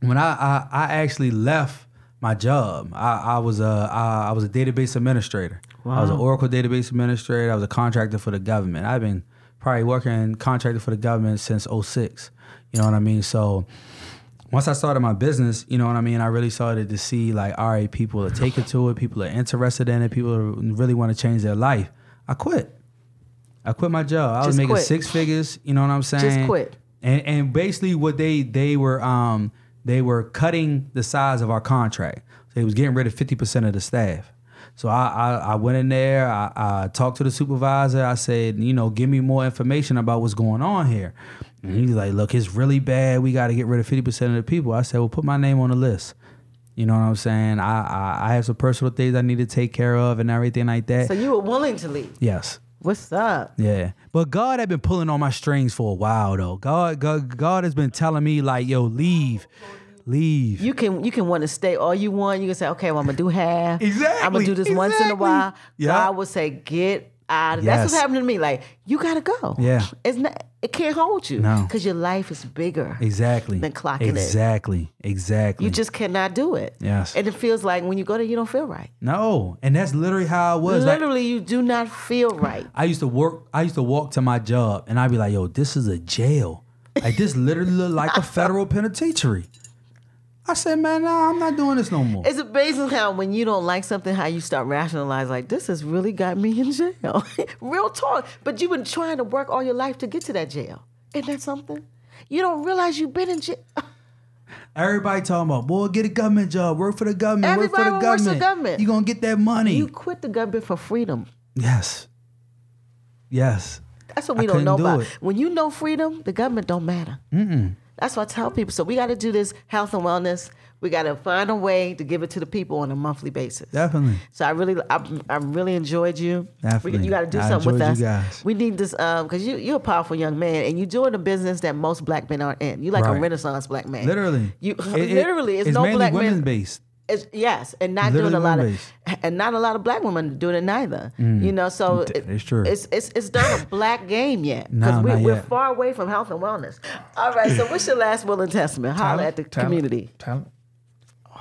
when I I, I actually left my job, I, I was a I, I was a database administrator. I was an Oracle database administrator. I was a contractor for the government. I've been probably working contracted for the government since 06. You know what I mean? So once I started my business, you know what I mean? I really started to see like, all right, people are taking to it, people are interested in it, people are- really want to change their life. I quit. I quit my job. I was Just making quit. six figures, you know what I'm saying? quit. And and basically what they they were um they were cutting the size of our contract. So they was getting rid of fifty percent of the staff. So I, I I went in there, I, I talked to the supervisor, I said, you know, give me more information about what's going on here. And he's like, look, it's really bad. We gotta get rid of fifty percent of the people. I said, well put my name on the list. You know what I'm saying? I, I I have some personal things I need to take care of and everything like that. So you were willing to leave. yes. What's up? Yeah, but God had been pulling on my strings for a while though. God, God, God has been telling me like, "Yo, leave, leave." You can you can want to stay all you want. You can say, okay, well, I'm gonna do half. I'm gonna Exactly, do this once in a exactly. while. Yeah. God would say, get out. of That's what's Yes. happening to me. Like you gotta go. Yeah. It's not. It can't hold you. No. Because your life is bigger. exactly. Been clocking it. exactly. Exactly. You just cannot do it. Yes. And it feels like when you go there, you don't feel right. no, and that's literally how I was. Like, Literally, you do not feel right. I used to work. I used to walk to my job, and I'd be like, "Yo, this is a jail. Like this literally look like a federal penitentiary." I said, "Man, nah, I'm not doing this no more." It's amazing how when you don't like something, how you start rationalizing, like, this has really got me in jail. Real talk. But you've been trying to work all your life to get to that jail. Isn't that something? You don't realize you've been in jail. Everybody talking about, "Boy, get a government job. Work for the government. work for the Everybody works for government. government. You gonna get that money." You quit the government for freedom. yes. Yes. That's what I we don't know couldn't do about. it. When you know freedom, the government don't matter. That's what I tell people. So we got to do this health and wellness. We got to find a way to give it to the people on a monthly basis. Definitely. So I really, I, I really enjoyed you. Definitely. We, you got to do I something with enjoyed us. you guys. We need this because you, you're a powerful young man, and you're doing a business that most black men aren't in. You're like a Right. renaissance black man. Literally. You It- it- literally. It's, no mainly black women men. based. It's, yes, and not Literally doing a lot women-based. of, and not a lot of black women doing it neither. You know, so Th- it's true. It's it's it's not a black game yet because No, we, not we're yet. far away from health and wellness. All right, so what's your last will and testament? Holler at the Talent, community. Talent.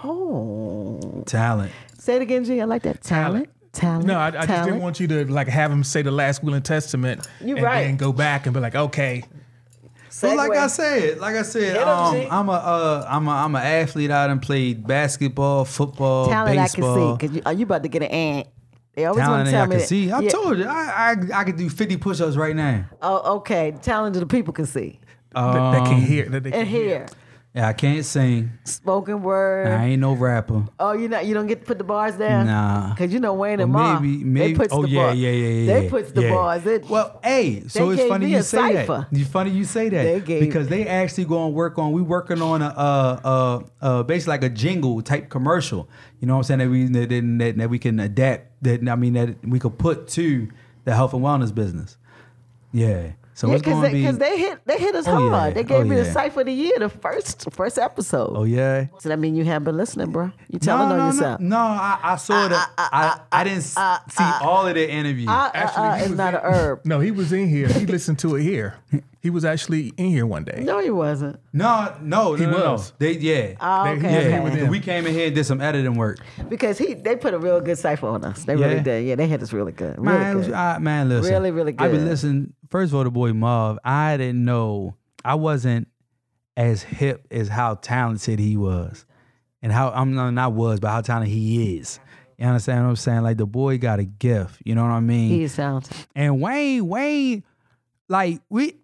Oh, Talent. say it again, G. I like that talent. Talent. No, I, I just didn't talent. want you to like have him say the last will and testament, You and right. then go back and be like, okay, Segue. So like I said, like I said, Hit 'em, um, G. I'm a uh, I'm a I'm an athlete. I done played basketball, football, talent I Oh, baseball. can see because you, are you about to get an ant? They always want Talent to tell I me. can that- see. I yeah. told you, I, I I could do 50 push-ups right now. Oh, okay. Talent that the people can see that, that can hear, that they can and hear. Yeah, I can't sing. Spoken word. I ain't no rapper. Oh, you not you don't get to put the bars down. Nah. because you know Wayne and Well, Ma, maybe- maybe- they puts oh, the yeah, bar- yeah, yeah, They yeah, puts the yeah. bars. It, Well, hey, so They it's gave funny me a you say cipher. that. You funny you say that. They gave- because they actually going to work on. We working on a uh uh uh basically like a jingle type commercial. You know what I'm saying? That we that, that, that we can adapt. That I mean that we could put to the health and wellness business. Yeah. So yeah, it's because going to they, be. 'cause they hit they hit us Oh, yeah. hard. They gave Oh, me the yeah. cipher of the year, the first first episode. oh yeah. So that mean you have been listening, bro. You telling on no, yourself. Ah, No, I, I saw the. I, I didn't s- see all of the interviews. Uh, Actually, uh, uh, he it's was not in- a herb. No, he was in here. He listened to it here. He was actually in here one day. No, you wasn't. no, no, no, no, no. was. They yeah. Oh, They- okay, he was okay. here with them. We came in here and did some editing work. because he they put a real good cipher on us. They really Yeah. did. Yeah, they hit us really good. Really Man, it was- good. I- man, listen. Really, really I be good. listening. First of all, the boy Mauve, I didn't know. I wasn't as hip as how talented he was, and how I'm not, not was, but how talented he is. You understand what I'm saying? Like the boy got a gift. You know what I mean? He sounds. And Wayne, Wayne, like we,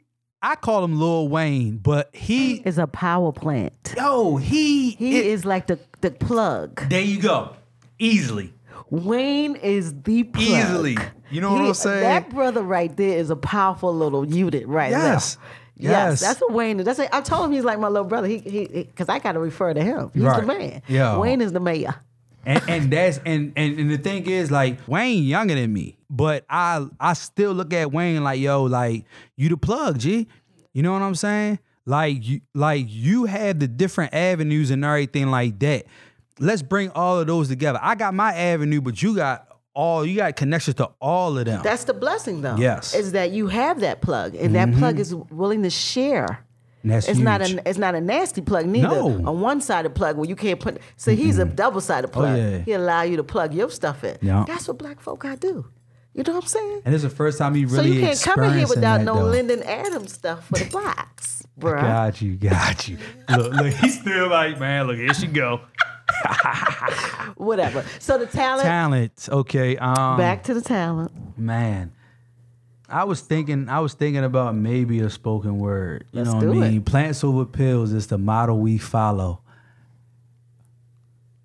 I call him Lil Wayne, but he, Is a power plant. yo, he, He it- is like the the plug. There you go, easily. Wayne is the plug. Easily. You know what I'm saying? That brother right there is a powerful little unit right Yes. there. Yes. that's what Wayne is. That's a, I told him he's like my little brother. He he because I got to refer to him. He's the Right. man. Yeah. Wayne is the mayor. and, and that's and, and and the thing is like Wayne younger than me, but I I still look at Wayne like yo like you the plug, G. You know what I'm saying? Like you like you have the different avenues and everything like that. Let's bring all of those together. I got my avenue, but you got all you got connections to all of them. That's the blessing though. Yes. Mm-hmm. is that you have that plug and that plug is willing to share. And that's it's not huge. a it's not a nasty plug neither. No. A one sided plug where you can't put. So he's a double sided plug. Oh, yeah. He allow you to plug your stuff in. Yeah. That's what black folk got to do. You know what I'm saying? and it's the first time he really so you can't come in here experiencing without that, no though. Lyndon Adams stuff for the box, bruh. Got you, got you. look, look, he's still like man. Look, here she go. Whatever. So the talent. Talent, okay. Um, Back to the talent. Man, I was thinking, I was thinking about maybe a spoken word. You Let's know what do I mean? it. Plants over pills is the model we follow.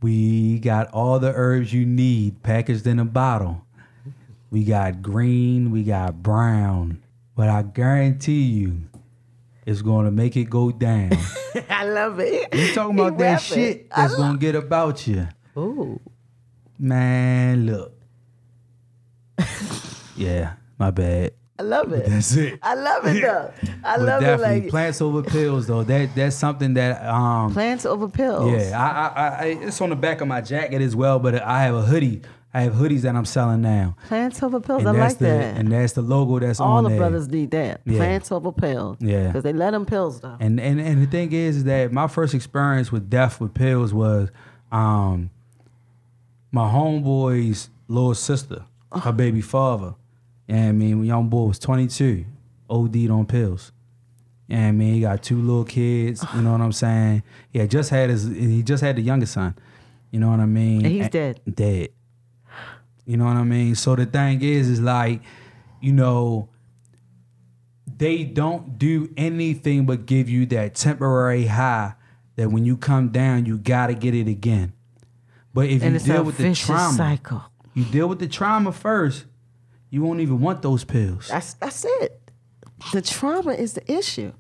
We got all the herbs you need packaged in a bottle. We got green, we got brown, but I guarantee you, it's going to make it go down. I love it. You talking He about that rapping. shit that's going to get about you. Ooh. Man, look. yeah, my bad. I love it. That's it. I love it though. I But love it. definitely Like plants over pills though. That that's something that um plants over pills. yeah, I, I I- I it's on the back of my jacket as well, but I have a hoodie. I have hoodies that I'm selling now. Plants over pills. And I that's like the that. and that's the logo that's All on the there. brothers need that. Yeah. Plants over pills. Yeah. Because they let them pills though. And and and the thing is that my first experience with death with pills was um my homeboy's little sister, Oh. her baby father. And I mean, when young boy was 22, OD'd on pills. And I mean, he got two little kids. You Oh. know what I'm saying? He had just had his. He just had the youngest son. You know what I mean? And he's A- dead. Dead. You know what I mean? So the thing is, is like, you know, they don't do anything but give you that temporary high that when you come down, you gotta get it again. But if and you it's deal a with the vicious trauma, cycle. you deal with the trauma first, you won't even want those pills. That's that's it. The trauma is the issue.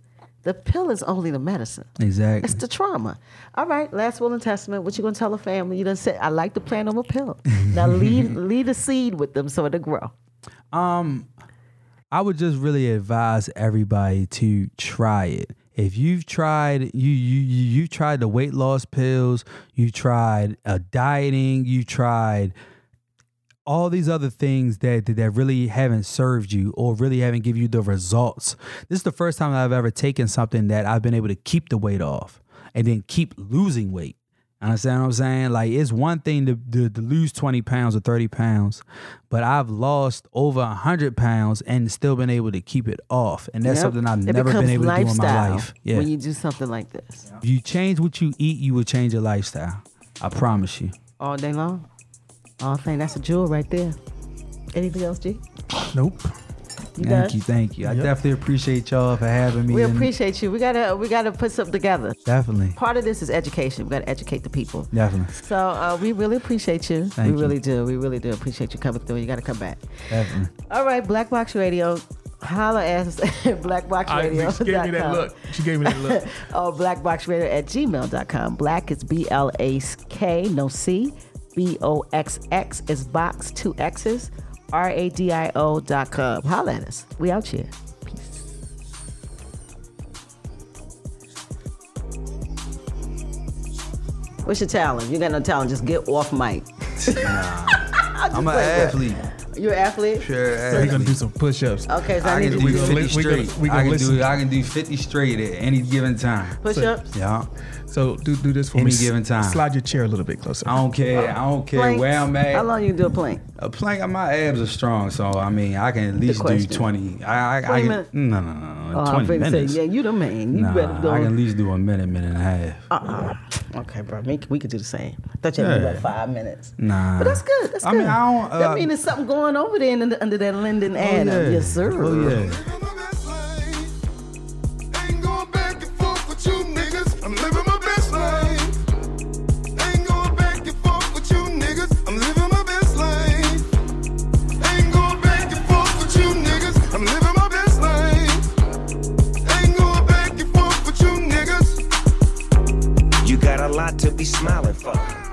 The The pill is only the medicine. Exactly. It's the trauma. All right, last will and testament. What you gonna tell a family? You done said I like to plant them a pill. Now leave leave the seed with them so it'll grow. I would just really advise everybody to try it. If you've tried you you you you tried the weight loss pills, you tried uh, dieting, you tried all these other things that that really haven't served you or really haven't given you the results. This is the first time I've ever taken something that I've been able to keep the weight off and then keep losing weight. Understand what I'm saying? Like it's one thing to, to, to lose 20 pounds or 30 pounds, but I've lost over 100 pounds and still been able to keep it off. And that's Yep. something I've It never been becomes able to do in my lifestyle life. Yeah. When you do something like this if you change what you eat, you will change your lifestyle. I promise you. all day long, all thing that's a jewel right there. Anything else, G? Nope. You thank done? you. Thank you. I definitely appreciate y'all for having me. We and appreciate you. We gotta we gotta put something together. Definitely. Part of this is education. We gotta educate the people. Definitely. So uh, we really appreciate you. Thank we you. really do. We really do appreciate you coming through. You gotta come back. Definitely. All right, Black Box Radio. Holla at us at I, blackboxradio.com. she gave me that look. She gave me that look. Oh, blackboxradio at gmail.com. Black is B L A K, no C. B O X X is box, two X's. R A D I O dot com. Holla at us. We out here. Peace. What's your talent? You got no talent. Just get off mic. I'm an like that. athlete. You're an athlete? Pure We're athlete. gonna do some push-ups. Okay, so I, I need to can do We gonna 50 li- we gonna- straight. we gonna I can listen. do I can do 50 straight at any given time. push ups. Yeah. So do do this for Any me. S- given time. Slide your chair a little bit closer. I don't care. I don't care planks? where I'm How at. long you do a plank? A plank. My abs are strong, so I mean, I can at least do question. 20. I, I, 20 I can, minutes. No, no, no, no. Oh, I'm 20 finna minutes. say, yeah, you the man. You better go. nah, I can at least do a minute, minute and a half. Uh-uh. okay, bro, we, we could do the same. thought you had to do Yeah. like five minutes. Nah. But that's good. That's I good. mean, I don't. Uh, that means there's something going over there in the, under that Linden oh, Adam. yeah. Yes, sir. Oh yeah. Living my best life. Ain't going back and forth with you niggas. I'm living my best life. Ain't going back and forth with you niggas. I'm living my best life. Ain't going back and forth with you niggas. I'm living my best life. Ain't going back and forth with you niggas. You got a lot to be smiling for.